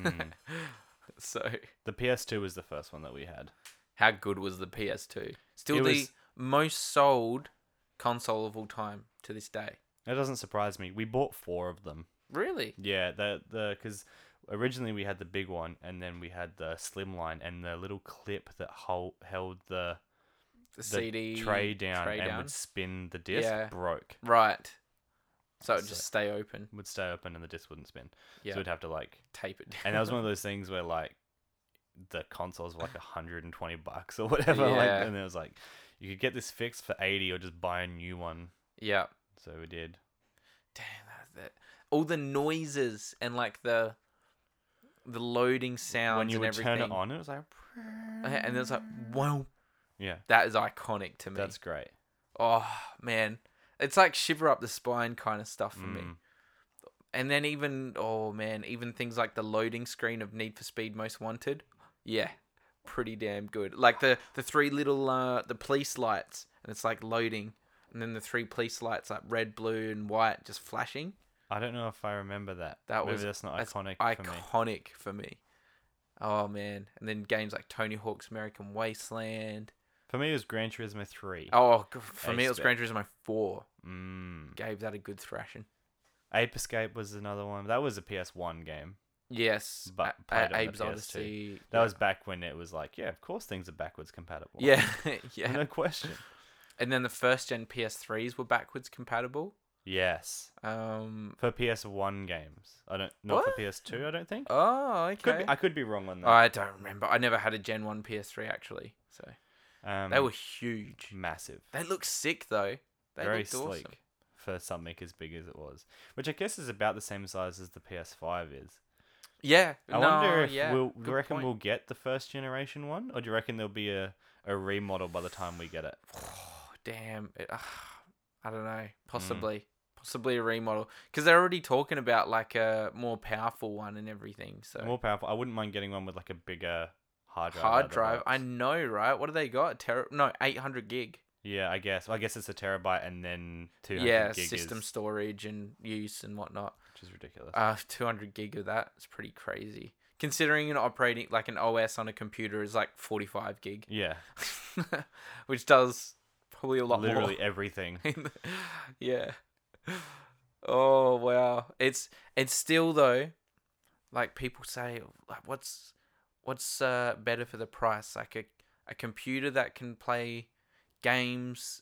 Mm.
so
the PS2 was the first one that we had.
how good was the PS2? Still
It
the
was-
most sold console of all time to this day.
That doesn't surprise me. We bought four of them.
Really?
Yeah, the the because originally we had the big one, and then we had the slimline and the little clip that hold, held the,
The,
the
CD
tray down
tray
and
down?
would spin the disc.
Yeah.
Broke.
Right. So it would
So-
just stay open.
Would stay open and the disc wouldn't spin.
Yeah.
So we'd have to like
tape it down.
and that was one of those things where like the consoles were like 120 bucks or whatever
Yeah.
like and it was like you could get this fixed for 80 or just buy a new one
yeah.
so we did
Damn that, that all the noises and like the the loading sounds
when you
and
would
everything.
turn it on it was like
Okay, And it's like, wow,
yeah
that is iconic to me.
that's great
Oh man, it's like shiver up the spine kind of stuff for me.
Mm.
And then even oh man, even things like the loading screen of Need for Speed Most Wanted, yeah, pretty damn good. Like the the three little uh the police lights, and it's like loading, and then the three police lights like red, blue, and white just flashing.
i don't know if i remember that
That
Maybe
was-
that's not
that's
iconic for me
iconic for me. Oh man, and then games like Tony Hawk's American Wasteland.
for me it was gran turismo 3
Oh, g- for me it was
Ace
Gran Turismo Four.
mm.
Gave that a good thrashing.
ape escape was another one that was a ps1 game
Yes,
But
A-
played
A-
on the
Abe's
PS2.
Odyssey.
that
yeah.
was back when it was like yeah of course things are backwards compatible
yeah, yeah.
no question
And then the first gen PS3s were backwards compatible.
yes
Um.
for PS1 games. I don't not
What?
for PS2. I don't think.
Oh, okay.
Could be, I could be wrong on that.
I don't remember. I never had a Gen One PS3 actually, so
um,
they were huge.
massive,
They look sick though. They
very
looked
sleek
awesome.
for something as big as it was, which I guess is about the same size as the PS5 is.
Yeah.
I
no,
wonder if
yeah,
we'll do
good
you reckon
point.
we'll get the first generation one, or do you reckon there'll be a a remodel by the time we get it?
damn it, uh, i don't
Mm.
know possibly possibly a remodel because they're already talking about like a more powerful one and everything so
More powerful. I wouldn't mind getting one with like a bigger hard drive. out
hard
of the
drive i
box.
know right what do they got Tera- no 800 gig
Yeah, I guess. Well, I guess it's a terabyte and then two hundred
yeah
gig
system
is,
storage and use and whatnot
which is ridiculous.
uh 200 gig of that it's pretty crazy considering an operating like an OS on a computer is like 45 gig,
Yeah,
which does probably a lot more.
literally everything.
in the- yeah. Oh wow. It's it's still though, like people say, like what's what's uh, better for the price? Like a a computer that can play games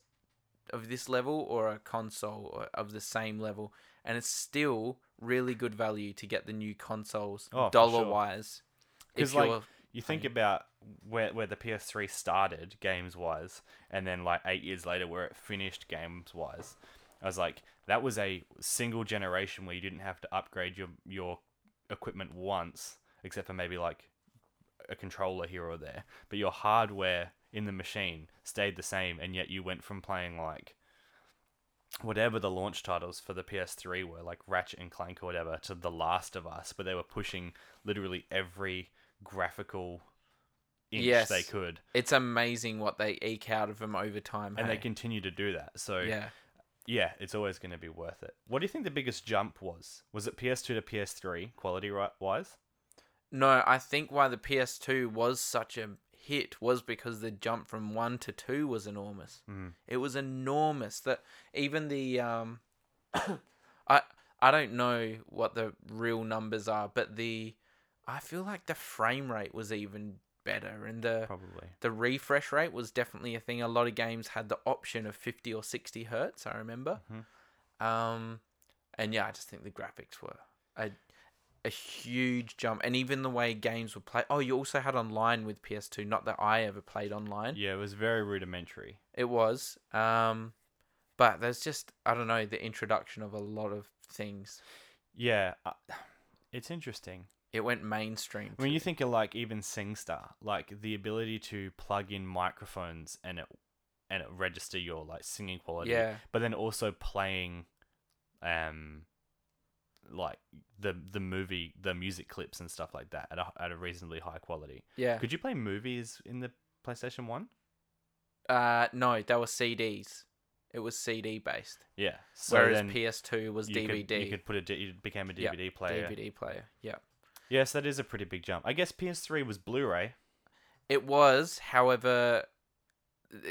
of this level or a console or- of the same level, and it's still really good value to get the new consoles
Oh, for
dollar
sure.
wise.
'Cause,
If
like,
you're
You think
Playing.
about where where the PS3 started games wise, and then like eight years later where it finished games wise. I was like, that was a single generation where you didn't have to upgrade your your equipment once, except for maybe like a controller here or there. But your hardware in the machine stayed the same, and yet you went from playing like whatever the launch titles for the PS3 were, like Ratchet and Clank or whatever, to The Last of Us, but they were pushing literally every graphical inch
Yes.
they could,
it's amazing what they eke out of them over time.
and they
hey?
continue to do that. So
yeah.
yeah, it's always going to be worth it. What do you think the biggest jump was? Was it PS2 to PS3 quality ri- wise?
No, I think why the PS2 was such a hit was because the jump from one to two was enormous.
Mm.
It was enormous. That even the um, I I don't know what the real numbers are, but the I feel like the frame rate was even better, and the
Probably.
the refresh rate was definitely a thing. A lot of games had the option of 50 or 60 hertz, I remember.
Mm-hmm.
Um, and yeah, I just think the graphics were a, a huge jump. And even the way games were played. Oh, you also had online with PS2, not that I ever played online.
Yeah, it was very rudimentary.
It was. Um, but there's just, I don't know, the introduction of a lot of things.
Yeah, uh, it's interesting.
It went mainstream.
When
too.
you think of like even SingStar, like the ability to plug in microphones and it and it register your like singing quality,
Yeah.
but then also playing, um, like the the movie, the music clips and stuff like that at a, at a reasonably high quality.
yeah.
Could you play movies in the PlayStation One?
Uh, no, they were CDs. It was CD based.
Yeah. So
whereas
then
PS2 was
you
DVD.
could- you could put a D- you became a
Yeah,
DVD player.
DVD E. player. Yeah.
Yes, that is a pretty big jump. I guess PS3 was Blu-ray.
It was, however,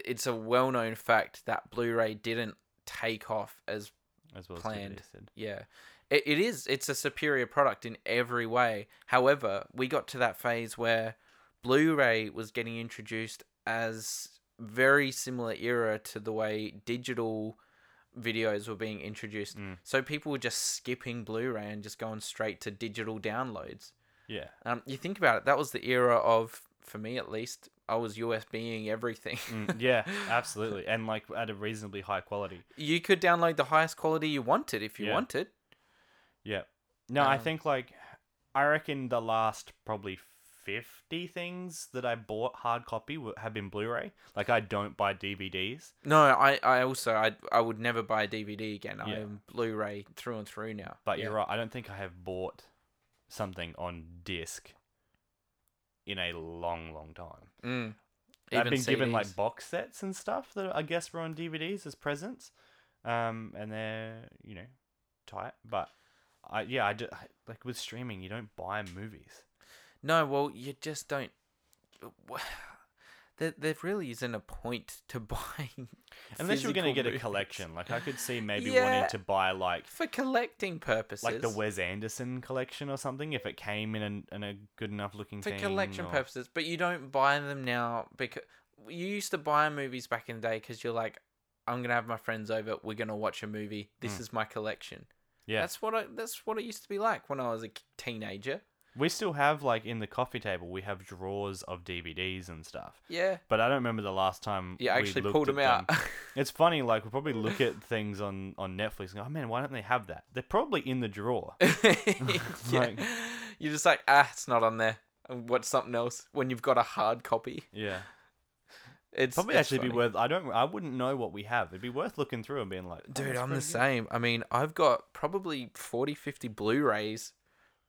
it's a well known fact that Blu ray didn't take off as
As well
Planned.
as DVD did.
yeah. It, it is it's a superior product in every way. However, we got to that phase where Blu-ray was getting introduced as very similar era to the way digital videos were being introduced.
Mm.
So people were just skipping Blu-ray and just going straight to digital downloads.
Yeah.
Um, you think about it, that was the era of, for me at least, I was USBing everything.
Mm, yeah, absolutely, and like at a reasonably high quality.
you could download the highest quality you wanted if you
Yeah.
wanted.
Yeah. No, I
Um,
think like I reckon the last probably fifty things that I bought hard copy were- have been Blu-ray. Like I don't buy DVDs.
No, I, I also, I, I would never buy a DVD again. I
Yeah.
am Blu-ray through and through now.
But
Yeah.
you're right. I don't think I have bought something on disc in a long, long time.
Mm.
I've been given like
CDs.
box sets and stuff that I guess were on DVDs as presents, um, and they're you know tight. But I yeah I, ju- I- like with streaming you don't buy movies.
No, well, you just don't. There, there really isn't a point to buying.
Unless you're gonna
physical
get a
movies.
collection, like I could see maybe
Yeah.
wanting to buy like
For collecting purposes.
like the Wes Anderson collection or something if it came in a, in a good enough looking
for
thing
collection
or-
purposes, but you don't buy them now because you used to buy movies back in the day because you're like, I'm gonna have my friends over, we're gonna watch a movie. This
Mm.
is my collection.
Yeah,
That's what I. That's what it used to be like when I was a k- teenager.
we still have like in the coffee table we have drawers of DVDs and stuff.
Yeah,
But I don't remember the last time
you
we
actually
looked
pulled
at
them out.
It's funny, like we probably look at things on on Netflix and go, "Oh man, why don't they have that?" They're probably in the drawer.
yeah.
Like-
You're just like, ah, it's not on there. And Watch something else when you've got a hard copy.
Yeah,
It's
probably
it's
actually be
funny.
worth. I don't. I wouldn't know what we have. It'd be worth looking through and being like, oh,
Dude,
that's
I'm the
pretty good.
same. I mean, I've got probably 40, 50 Blu-rays,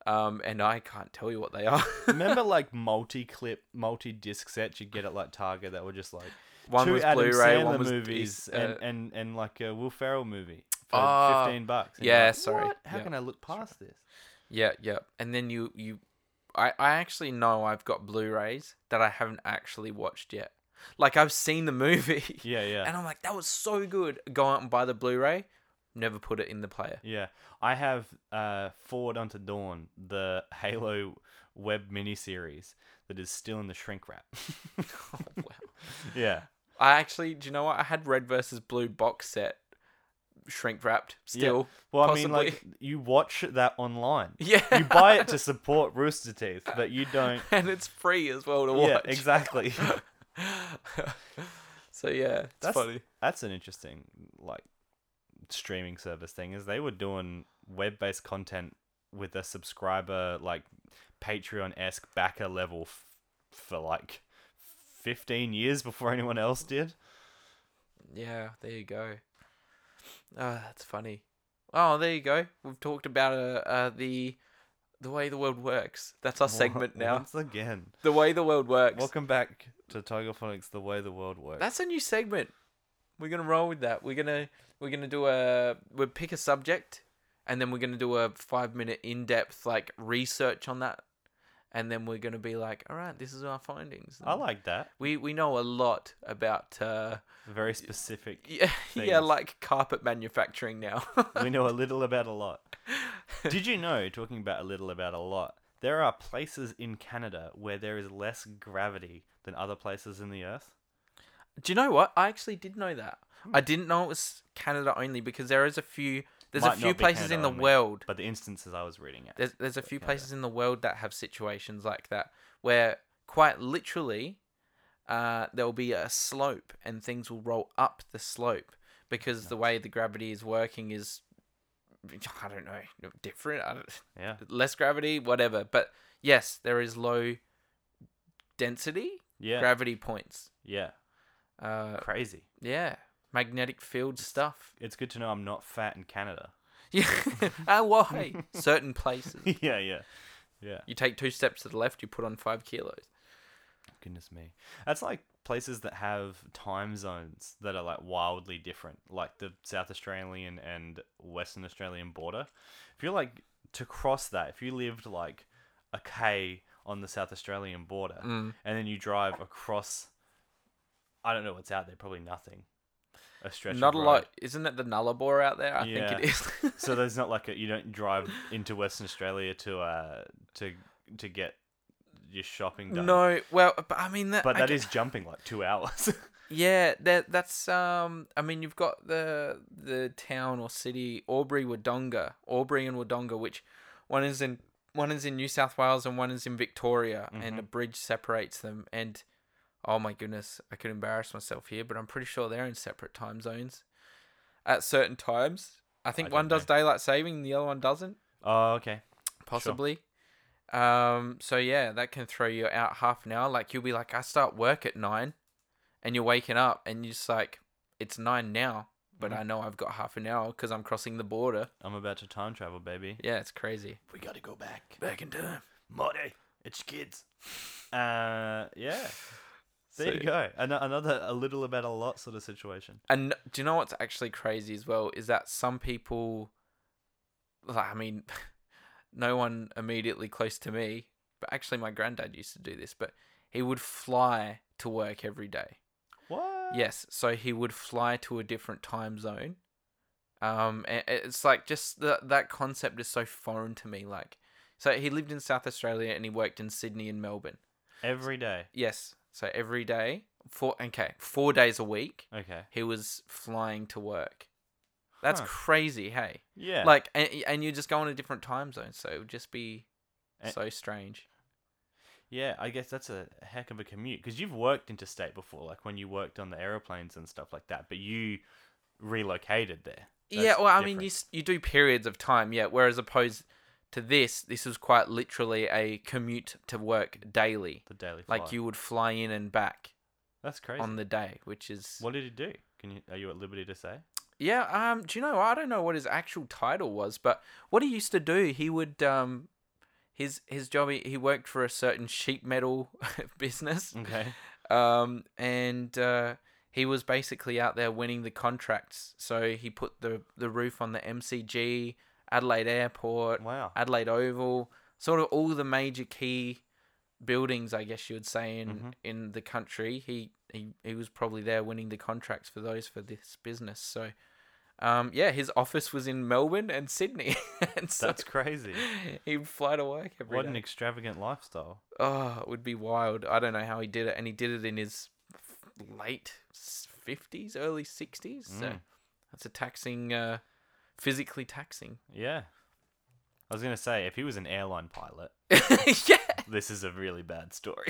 um, and I can't tell you what they are.
Remember like multi clip, multi disc sets you'd get at like Target that were just like
one
two
was
Adam
Blu-ray,
Sandler
one was
movies
dis-
and,
uh,
and and like a Will Ferrell movie for
Ah,
fifteen bucks. And
yeah,
you're like,
sorry.
"What? How
Yeah.
can I look past this?
yeah, yeah. And then you you I, I actually know I've got Blu-rays that I haven't actually watched yet. Like I've seen the movie.
Yeah, yeah.
And I'm like, that was so good. Go out and buy the Blu-ray. Never put it in the player.
Yeah, I have uh, Forward Unto Dawn, the Halo web miniseries that is still in the shrink wrap.
wow.
Yeah,
I actually, do you know what? I had Red versus Blue box set, shrink wrapped. Still,
well,
possibly.
I mean, like you watch that online.
Yeah.
you buy it to support Rooster Teeth, but you don't.
and it's free as well to watch.
Yeah, exactly.
so yeah, it's
That's
funny.
That's an interesting like streaming service thing is they were doing web based content with a subscriber like Patreon esque backer level f- for like fifteen years before anyone else did.
Yeah, there you go. Oh, that's funny. Oh, there you go. We've talked about uh, uh the the way the world works. That's our segment now.
Once again,
The way the world works.
welcome back to Tiger Phonics, the way the world works.
That's a new segment. We're gonna roll with that. We're gonna we're gonna do a we'll pick a subject, and then we're gonna do a five minute in depth like research on that, and then we're gonna be like, all right, this is our findings.
I like that.
We we know a lot about uh
Very specific.
yeah yeah
Things.
like carpet manufacturing now.
we know a little about a lot. Did you know, talking about a little about a lot, there are places in Canada where there is less gravity than other places in the earth?
Do you know what? I actually did know that.
Hmm.
I didn't know it was Canada only because there is a few. There's a
Might
few
not be
places
Canada
in the
only,
world.
But the instances I was reading at.
There's there's a few places in the world that have situations like that where quite literally, uh, there will be a slope and things will roll up the slope because the way the gravity is working is, I don't know, different. I don't,
Yeah.
less gravity, whatever. But yes, there is low density
Yeah.
gravity points.
yeah.
Uh,
Crazy.
yeah, magnetic field stuff.
It's good to know I'm not fat in Canada.
Yeah, and Ah, why? Certain places.
yeah, yeah. Yeah.
You take two steps to the left, you put on five kilos.
Goodness me. That's like places that have time zones that are like wildly different, like the South Australian and Western Australian border. If you're like to cross that, if you lived like a K on the South Australian border
Mm.
and then you drive across, I don't know what's out there, probably nothing. A stretch of
Not a
road.
lot. Isn't it the Nullarbor out there? I
Yeah.
think it is.
so there's not like a, you don't drive into Western Australia to uh to to get your shopping done.
no, well, but I mean that.
But
I
that
gu-
is jumping like two hours.
Yeah, that that's um. I mean, you've got the the town or city Aubrey Wodonga, Aubrey and Wodonga, which one is in one is in New South Wales and one is in Victoria, and a bridge separates them. And oh my goodness, I could embarrass myself here, but I'm pretty sure they're in separate time zones at certain times. I think
don't
one does daylight saving, the other one doesn't,
oh, okay.
possibly. Um. So yeah, that can throw you out half an hour. Like you'll be like, I start work at nine and you're waking up and you're just like, it's nine now, but I know I've got half an hour because I'm crossing the border.
I'm about to time travel, baby.
Yeah, it's crazy.
We gotta go back.
Back in time.
Marty, it's kids. Uh, yeah. There you
So-
go. An- another a little about a lot sort of situation.
And do you know what's actually crazy as well is that some people, like, I mean, no one immediately close to me, but actually my granddad used to do this, but he would fly to work every day.
What?
Yes, so he would fly to a different time zone. Um, a- a- it's like just that that concept is so foreign to me. Like, so he lived in South Australia and he worked in Sydney and Melbourne.
Every day.
Yes, so every day, four okay, four days a week,
Okay.
he was flying to work. That's
Huh.
crazy, hey.
Yeah.
Like, and, and you just go on a different time zone, so it would just be
A-
so strange.
yeah, I guess that's a heck of a commute because you've worked interstate before, like when you worked on the aeroplanes and stuff like that. But you relocated there.
yeah,
That's
well, I mean, you
different.
s- you do periods of time, yeah. Whereas opposed to this, this was quite literally a commute to work daily.
the daily fly.
Like you would fly in and back
That's crazy.
on the day, which is
what did he do? Can you? Are you at liberty to say?
yeah. Um, do you know? I don't know what his actual title was, but what he used to do, he would um, his his job. He, he worked for a certain sheet metal business.
Okay.
um, and uh, he was basically out there winning the contracts. So he put the the roof on the MCG, Adelaide Airport,
Wow.
Adelaide Oval. sort of all the major key buildings, I guess you would say, in
Mhm.
in the country. He, he he was probably there winning the contracts for those for this business. So, um, yeah, his office was in Melbourne and Sydney, and so
That's crazy.
he'd fly to work every day.
What an extravagant lifestyle.
oh, it would be wild. I don't know how he did it, and he did it in his f- late fifties, early sixties. So
Mm.
that's a taxing, uh, physically taxing.
Yeah. I was going to say, if he was an airline pilot,
yeah,
this is a really bad story.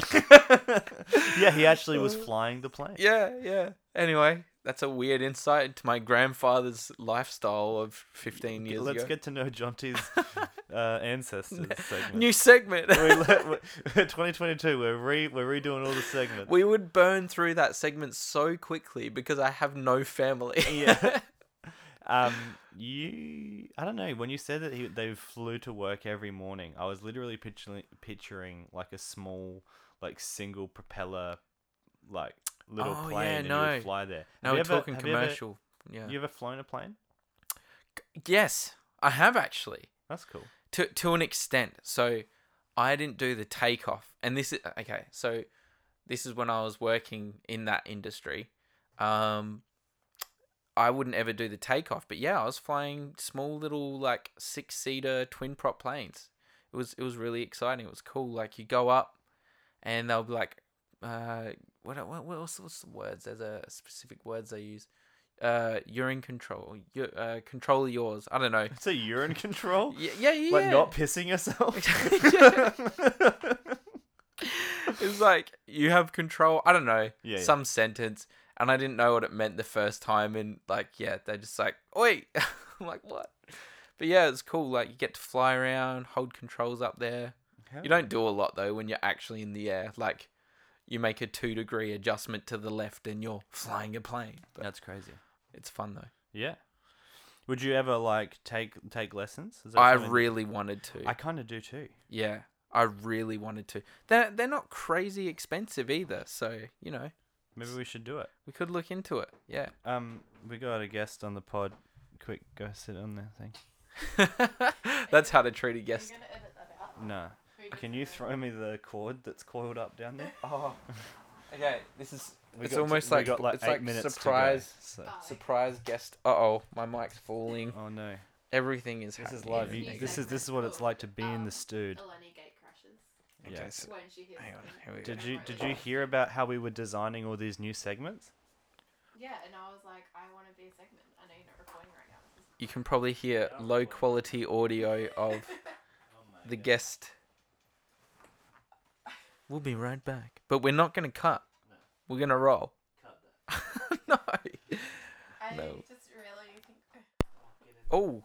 yeah, he actually was flying the plane.
Uh, yeah, yeah. Anyway, that's a weird insight into my grandfather's lifestyle of fifteen years
Let's
ago.
get to know Jonty's uh, ancestors segment.
New segment.
we le- we- 2022, we're, re- we're redoing all the segments.
we would burn through that segment so quickly because I have no family.
Yeah. um, you, I don't know. When you said that he, they flew to work every morning, I was literally picturing, picturing like a small, like single propeller, like little
Oh, yeah,
plane, and you
no.
would fly there.
now
Have
we're
you ever-
talking
have you ever-
commercial. yeah.
You ever flown a plane?
Yes, I have actually.
That's cool.
to to an extent. So I didn't do the takeoff, and this is okay. So this is when I was working in that industry. Um, I wouldn't ever do the takeoff, but yeah, I was flying small little like six seater twin prop planes. It was it was really exciting. It was cool. Like you go up, and they'll be like, uh, what what what else what's the words? There's a specific words they use. Uh, you're in control. You uh, control of yours. I don't know.
So you're in control,
Yeah, yeah, yeah.
like not pissing yourself.
It's like you have control. I don't know.
Yeah, yeah.
Some sentence, and I didn't know what it meant the first time. And like, yeah, they're just like, "Oi!" I'm like, "What?" But yeah, it's cool. Like you get to fly around, hold controls up there. You don't do a lot though when you're actually in the air. Like you make a two degree adjustment to the left, and you're flying a plane. But
That's crazy.
it's fun though.
Yeah. Would you ever like take take lessons? Is that
I
something-
really wanted to.
I kind of do too.
yeah, I really wanted to. They're they're not crazy expensive either. So you know.
Maybe we should do it.
We could look into it. Yeah.
Um, we got a guest on the pod. Quick, go sit on that thing.
That's how to treat a guest. Mm.
No. Can you throw me the cord that's coiled up down there?
Oh. Okay, this is
We
it's
got-
almost
we
like,
got like
it's
eight
like
minutes to go,
surprise
so-
surprise guest. Uh-oh, my mic's falling.
Oh no!
Everything is
This is
happening.
live.
you-
You, this is this is what it's like to be in the stewed.
Eleni gate crashes
Okay,
Yeah.
so-
when she hears
hang on.
something.
Here we go.
Did you did you hear about how we were designing all these new segments?
Yeah, and I was like, I want to be a segment. I know you're not recording right now. This is-
You can probably hear low quality audio of the guest. We'll be right back. But we're not going to cut. We're going to roll. no.
I
No.
just really think
Oh.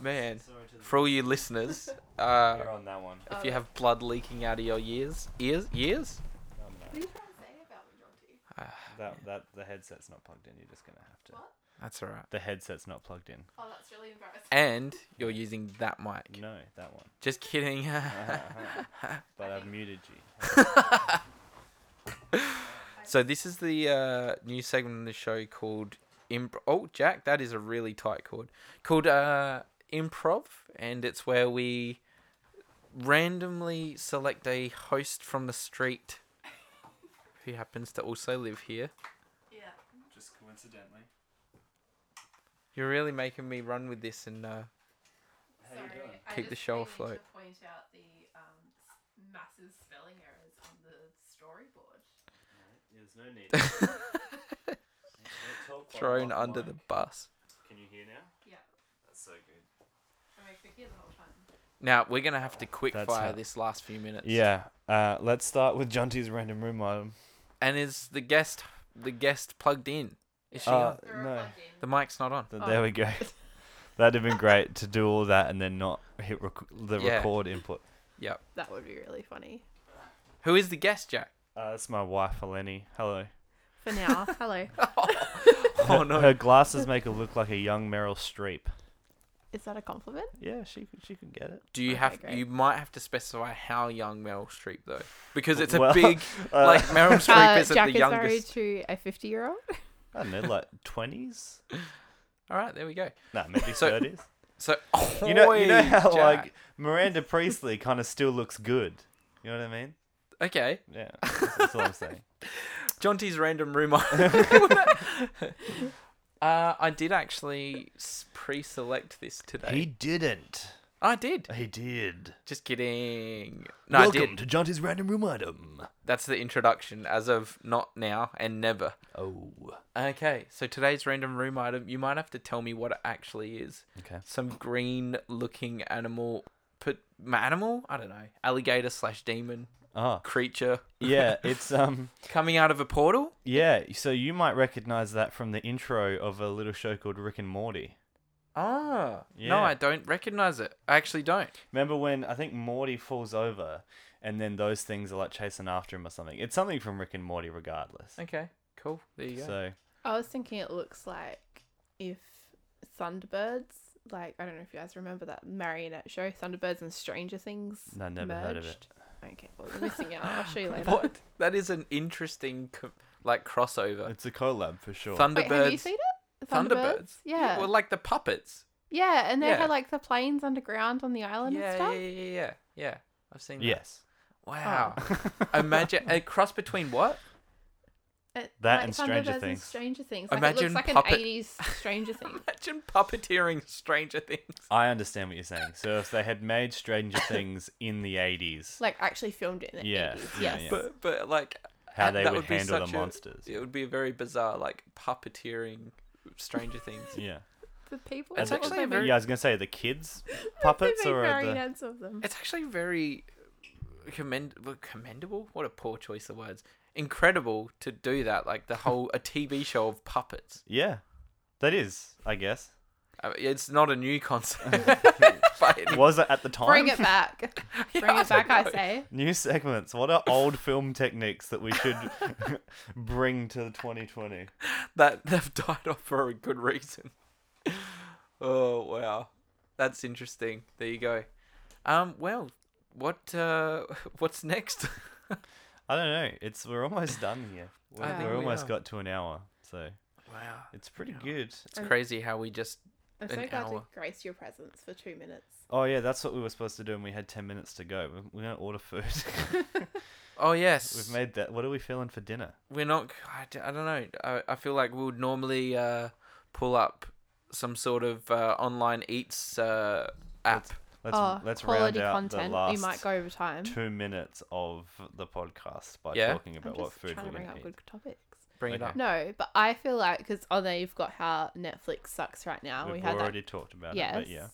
Man. For all you listeners, uh,
You're on that one.
if you have blood leaking out of your ears, ears, ears,
Um,
What are you trying to say about me, Jonty?
that that the headset's not plugged in. You're just gonna have to.
What?
that's alright.
The headset's not plugged in.
Oh, that's really embarrassing.
And you're using that mic.
No, that one.
Just kidding.
But
I
I've
think-
muted you.
so this is the uh, new segment of the show called Imp. Oh, Jack, that is a really tight chord. Called uh, improv, and it's where we randomly select a host from the street who happens to also live here.
Yeah.
Just coincidentally.
You're really making me run with this, and uh,
Sorry. I
Keep the
just
show
really need
afloat.
To point out the um, s- massive spelling errors on the storyboard.
There's no need.
thrown under the bus.
Can you hear now?
Yeah.
That's so good.
I mean, I could hear the whole time.
Now we're gonna have to quick
That's
fire
how-
this last few minutes.
Yeah. Uh, let's start with Jonty's random room item.
And is the guest the guest plugged in? Is she?
Uh,
on?
Throw a
no.
plug in.
The mic's not on.
Th-
Oh.
There we go. That'd have been great to do all that and then not hit rec- the
Yeah.
record input.
Yep.
That would be really funny.
Who is the guest, Jack?
Uh, that's my wife, Eleni. Hello.
For now, hello.
Oh
Her-
no.
Her glasses make her look like a young Meryl Streep.
Is that a compliment?
Yeah, she could- she can get it.
Do you
Okay,
have?
great.
You might have to specify how young Meryl Streep though, because it's a
Well,
big
uh,
like Meryl Streep
Uh,
isn't
Jack
the
is married
youngest.
to a 50 year old.
I don't know, like twenties.
All right, there we go.
Nah, maybe
So-
thirties.
So
You know, you know
Oi,
how
Jack.
like Miranda Priestley kind of still looks good. You know what I mean?
okay,
Yeah, that's, that's all I'm saying.
Jonty's random rumor. uh, I did actually s- pre-select this today.
didn't.
I did.
He did.
Just kidding. No, I did.
to Jonty's random room item.
That's the introduction. As of not now and never.
Oh.
Okay, so today's random room item. You might have to tell me what it actually is.
Okay.
Some green-looking animal. Put animal? I don't know. Alligator slash demon
Ah.
creature
Yeah, it's um
coming out of a portal.
yeah, so you might recognize that from the intro of a little show called Rick and Morty.
Ah, no,
Yeah.
I don't recognize it. I actually don't.
Remember when I think Morty falls over and then those things are like chasing after him or something. It's something from Rick and Morty regardless.
Okay, cool. There you go.
So
I was thinking it looks like if Thunderbirds, like I don't know if you guys remember that marionette show, Thunderbirds and Stranger Things.
No, never heard of
merged. Okay, well you're missing out. I'll show you later.
what? That is an interesting co- like crossover.
it's a collab for sure.
Thunderbirds.
Wait, have you seen it?
Thunderbirds.
Yeah. Yeah,
Well, like the puppets.
and they
Yeah.
had like the planes underground on the island and
Yeah, yeah,
stuff.
yeah, yeah, yeah. Yeah, I've seen that.
yes.
Wow.
Oh.
Imagine a cross between what?
It-
That and Stranger
Thunderbirds
Things.
Stranger Things. Like, it
Imagine
looks like
puppet-
an 80s Stranger Things.
Imagine puppeteering Stranger Things.
I understand what you're saying. So if they had made Stranger Things in the 80s,
like actually filmed it in the
Yeah,
80s.
yeah,
Yes.
yeah.
But but like
how
and
they
that
would,
be
handle the
such a-
monsters.
It would be a very bizarre like puppeteering Stranger Things.
Yeah.
The people.
It's
what
actually
they
a very-
made-
Yeah, I was gonna say the kids
they
puppets
made
or the
marionettes of them.
It's actually very commend- well, commendable. What a poor choice of words. Incredible to do that, like the whole a TV show of puppets.
yeah, that is, I guess.
I mean, it's not a new concept. by any-
Was it at the time?
Bring it back.
Yeah,
Bring it
don't
back, I
know.
say.
New segments. What are old film techniques that we should bring to 2020?
That they've died off for a good reason. Oh wow, that's interesting. There you go. Um, well, what uh, what's next?
I don't know. It's we're almost done here. We're,
I think
we're
we
almost
are.
got to an hour, so
wow,
it's pretty good.
it's crazy how we just
I'm
An
so glad
hour.
to grace your presence for two minutes.
Oh yeah, that's what we were supposed to do, and we had 10 minutes to go. We're- We're gonna order food.
oh yes
We've made that. What are we feeling for dinner?
we're not I, d- I don't know I, I feel like we would normally uh pull up some sort of uh, online eats uh app
Let's
oh,
let's round
quality
out
content.
the last
We might go over time.
two minutes of the podcast by
Yeah.
talking
I'm
about what
just
food
trying
we're
to bring
gonna
up
eat.
good topics.
bring it
Okay.
up
No, but I feel like because oh no, you've got how Netflix sucks right now.
We've
we had
already talked about
that. Yes.
it, but yeah.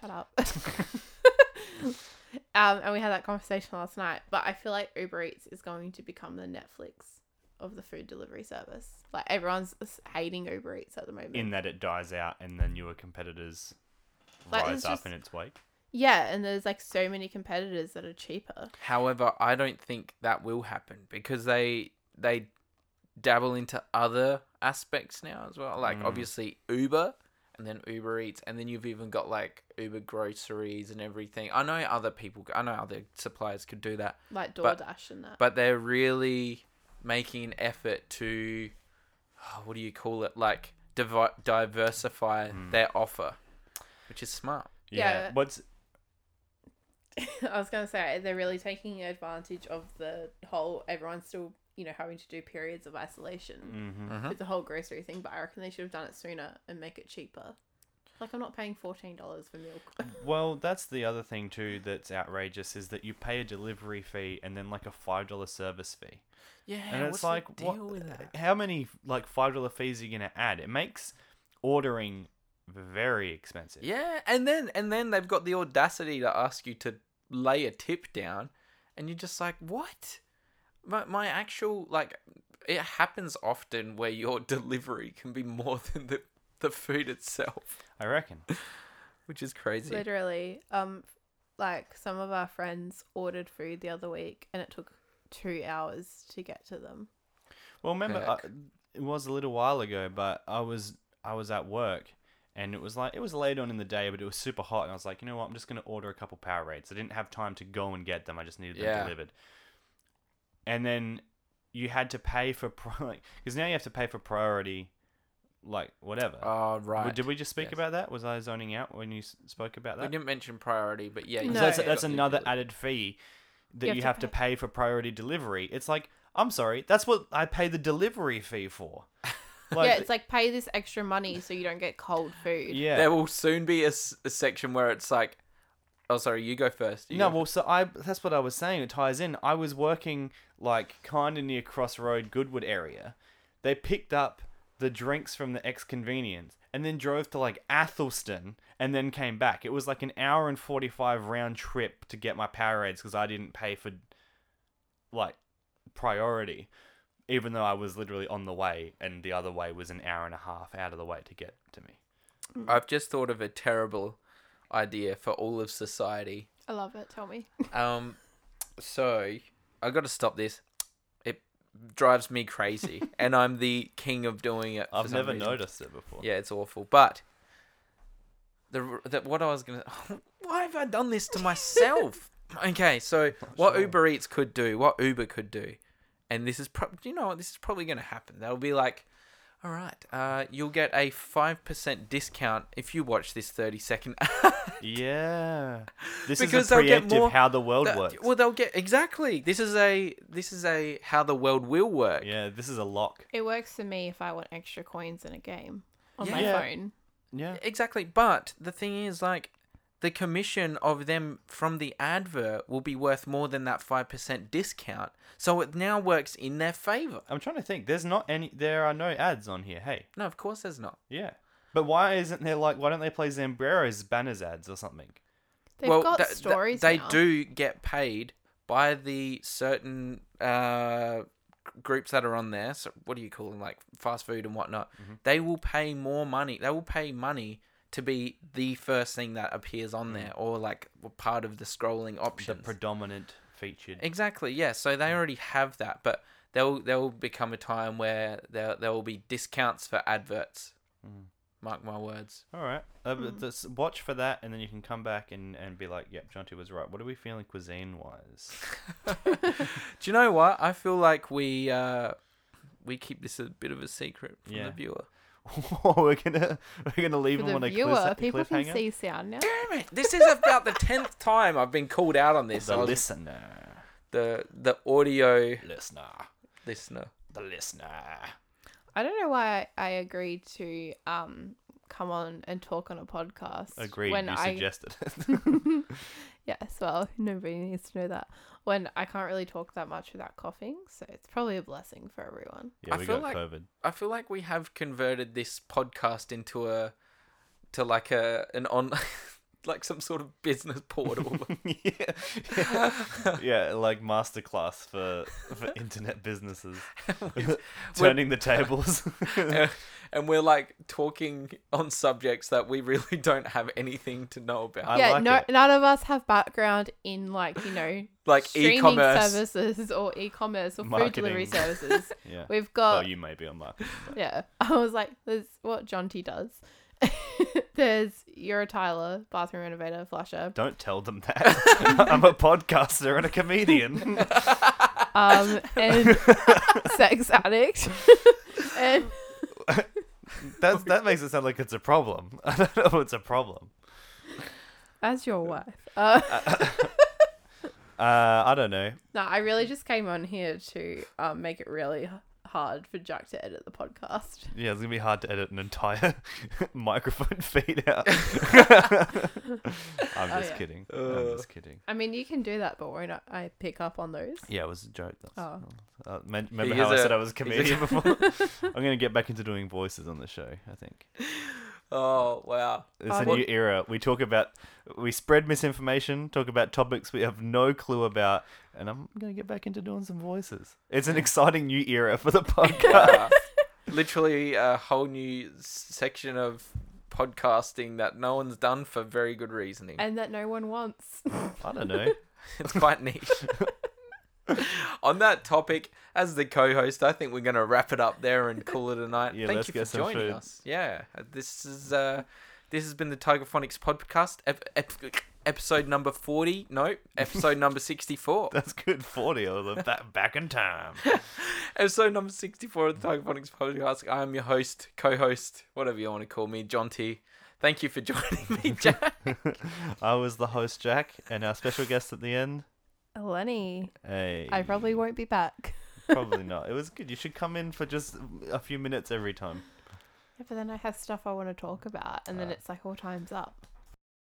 Shut up. um, and we had that conversation last night. But I feel like Uber Eats is going to become the Netflix of the food delivery service. Like everyone's s- hating Uber Eats at the moment.
in that it dies out and the newer competitors
Like,
rise
it's
up
just-
in its wake.
yeah, and there's like so many competitors that are cheaper.
however i don't think that will happen because they they dabble into other aspects now as well
Mm.
like obviously uber and then uber eats and then you've even got like uber groceries and everything i know other people i know other suppliers could do that
Like DoorDash
But-
and that.
but they're really making an effort to oh, what do you call it like divi- diversify
Mm.
their offer which is smart
Yeah.
Yeah.
What's
I was gonna say they're really taking advantage of the whole everyone's still you know having to do periods of
Mm.
isolation
mm-hmm.
with the whole grocery thing, but I reckon they should have done it sooner and make it cheaper. Like I'm not paying fourteen dollars for milk.
well, that's the other thing too that's outrageous is that you pay a delivery fee and then like a five dollar service fee.
yeah
and it's like what, how many like five dollar fees are you gonna add? It makes ordering very expensive.
yeah and then and then they've got the audacity to ask you to lay a tip down and you're just like what my, my actual like it happens often where your delivery can be more than the the food itself
I reckon.
which is crazy
Literally, um, like some of our friends ordered food the other week, and it took two hours to get to them.
Well, remember, I,
Heck.
it was a little while ago, but I was I was at work, and it was like it was late on in the day, but it was super hot, and I was like, you know what, I'm just gonna order a couple Powerades. I didn't have time to go and get them; I just needed them
Yeah.
delivered. And then you had to pay for because like, 'cause now you have to pay for priority like whatever.
Oh,
W-
right.
Did we just speak
Yes.
about that? Was I zoning out when you s- spoke about
We
that?
didn't mention priority, but yeah.
'Cause
you
No.
that's
said
that's
that you
another
did.
added fee that you, have to pay. for priority delivery. It's like I'm sorry, that's what I pay the delivery fee for. Like,
yeah, it's like pay this extra money so you don't get cold food.
yeah.
There will soon be a, s- a section where it's like, oh, sorry, you go first. you
No,
go
well, so I that's what I was saying. It ties in. I was working like kind of near Crossroad Goodwood area. They picked up the drinks from the ex convenience and then drove to like Athelston and then came back. It was like an hour and 45 round trip to get my Powerades because I didn't pay for like priority, even though I was literally on the way and the other way was an hour and a half out of the way to get to me.
I've just thought of a terrible idea for all of society.
I love it. Tell me.
Um, so I got to stop this. It drives me crazy, and I'm the king of doing it. for
I've
some
never
reason.
noticed it before.
Yeah, it's awful. But the that what I was gonna. why have I done this to myself? okay, so what Uber Eats could do, what Uber could do, and this is probably you know what this is probably gonna happen. They'll be like. All right. Uh, you'll get a five percent discount if you watch this thirty second
Yeah. This
Because
is a
they'll get
preemptive
more-
how the world
That-
works.
Well, they'll get exactly. This is a this is a how the world will work.
yeah, this is a lock.
It works for me if I want extra coins in a game on my
Yeah.
phone.
Yeah.
Exactly. But the thing is, like, the commission of them from the advert will be worth more than that five percent discount. So it now works in their favor.
I'm trying to think. There's not any there are no ads on here, hey.
No, of course there's not.
Yeah. But why isn't there like why don't they play Zambrero's banners ads or something?
They've got
th- th-
stories.
They
now.
do get paid by the certain uh, groups that are on there. So what do you call them? Like fast food and whatnot. They will pay more money. They will pay money to be the first thing that appears on there, or like part of the scrolling
The
options.
predominant featured.
Exactly. Yeah. So they already have that, but there'll there'll become a time where there there will be discounts for adverts. Mark my words.
Hmm. All right. Uh,
Hmm.
but this- watch for that and then you can come back and, and be like, yep, Jonty was right. What are we feeling cuisine wise?
Do you know what? I feel like we uh, we keep this a bit of a secret from
Yeah.
the viewer.
we're gonna we're gonna leave
For
them
the
on a
viewer,
cliffha-
people can
cliffhanger.
see sound now.
Damn it! This is about the tenth time I've been called out on this.
the
I was-
listener.
the the audio
Listener.
listener.
The listener.
I don't know why I agreed to um come on and talk on a podcast.
Agreed.
When
you
I
suggested it.
yes, well, nobody needs to know that. When I can't really talk that much without coughing, so it's probably a blessing for everyone.
yeah,
I
we
feel
got
like-
COVID.
I feel like we have converted this podcast into a to like a an on like some sort of business portal.
yeah. yeah. yeah, like masterclass for for internet businesses, turning the tables.
and and we're like talking on subjects that we really don't have anything to know about,
I
yeah,
like
no,
it.
none of us have background in like you know
like
streaming
e-commerce.
services or e-commerce or food
Marketing.
delivery services.
yeah.
We've
Oh,
got
you may be on marketing. But
yeah. I was like, there's what John T does. there's you're a Tyler, bathroom renovator, flusher.
don't tell them that. I'm a podcaster and a comedian.
um, and sex addict. and
That's, that makes it sound like it's a problem. I don't know if it's a problem.
as your wife. Uh,
Uh, I don't know.
no, I really just came on here to um, make it really h- hard for Jack to edit the podcast.
Yeah, it's going to be hard to edit an entire microphone feed out. I'm
Oh,
just
yeah.
kidding. I'm just kidding.
I mean, you can do that, but won't I- I pick up on those?
Yeah, it was a joke. That's,
Oh.
Uh, men- remember
He
how I
is
said
a-
I was a
he's a-
comedian before? I'm going to get back into doing voices on the show, I think.
Oh wow!
It's
Oh,
a
what-
new era. We talk about, we spread misinformation, talk about topics we have no clue about, and I'm going to get back into doing some voices. It's an exciting new era for the podcast.
Uh, literally a whole new s- section of podcasting that no one's done for very good reasoning.
And that no one wants.
I don't know.
It's quite niche. On that topic, as the co-host, I think we're going to wrap it up there and call it a night.
Yeah,
Thank
let's
you
get
for
some
joining
food.
uh, us. Yeah, this is uh, this has been the Tiger Phonics podcast. Ep- ep- episode number 40. No, episode number 64.
That's good 40 or the back, back in time.
episode number 64 of the Typhonics podcast. I am your host, co host, whatever you want to call me, John T. Thank you for joining me, Jack.
I was the host, Jack, and our special guest at the end.
Lenny,
Hey.
I probably won't be back.
Probably not. It was good. You should come in for just a few minutes every time. Uh.
Yeah, but then I have stuff I want to talk about, and then it's like all time's up.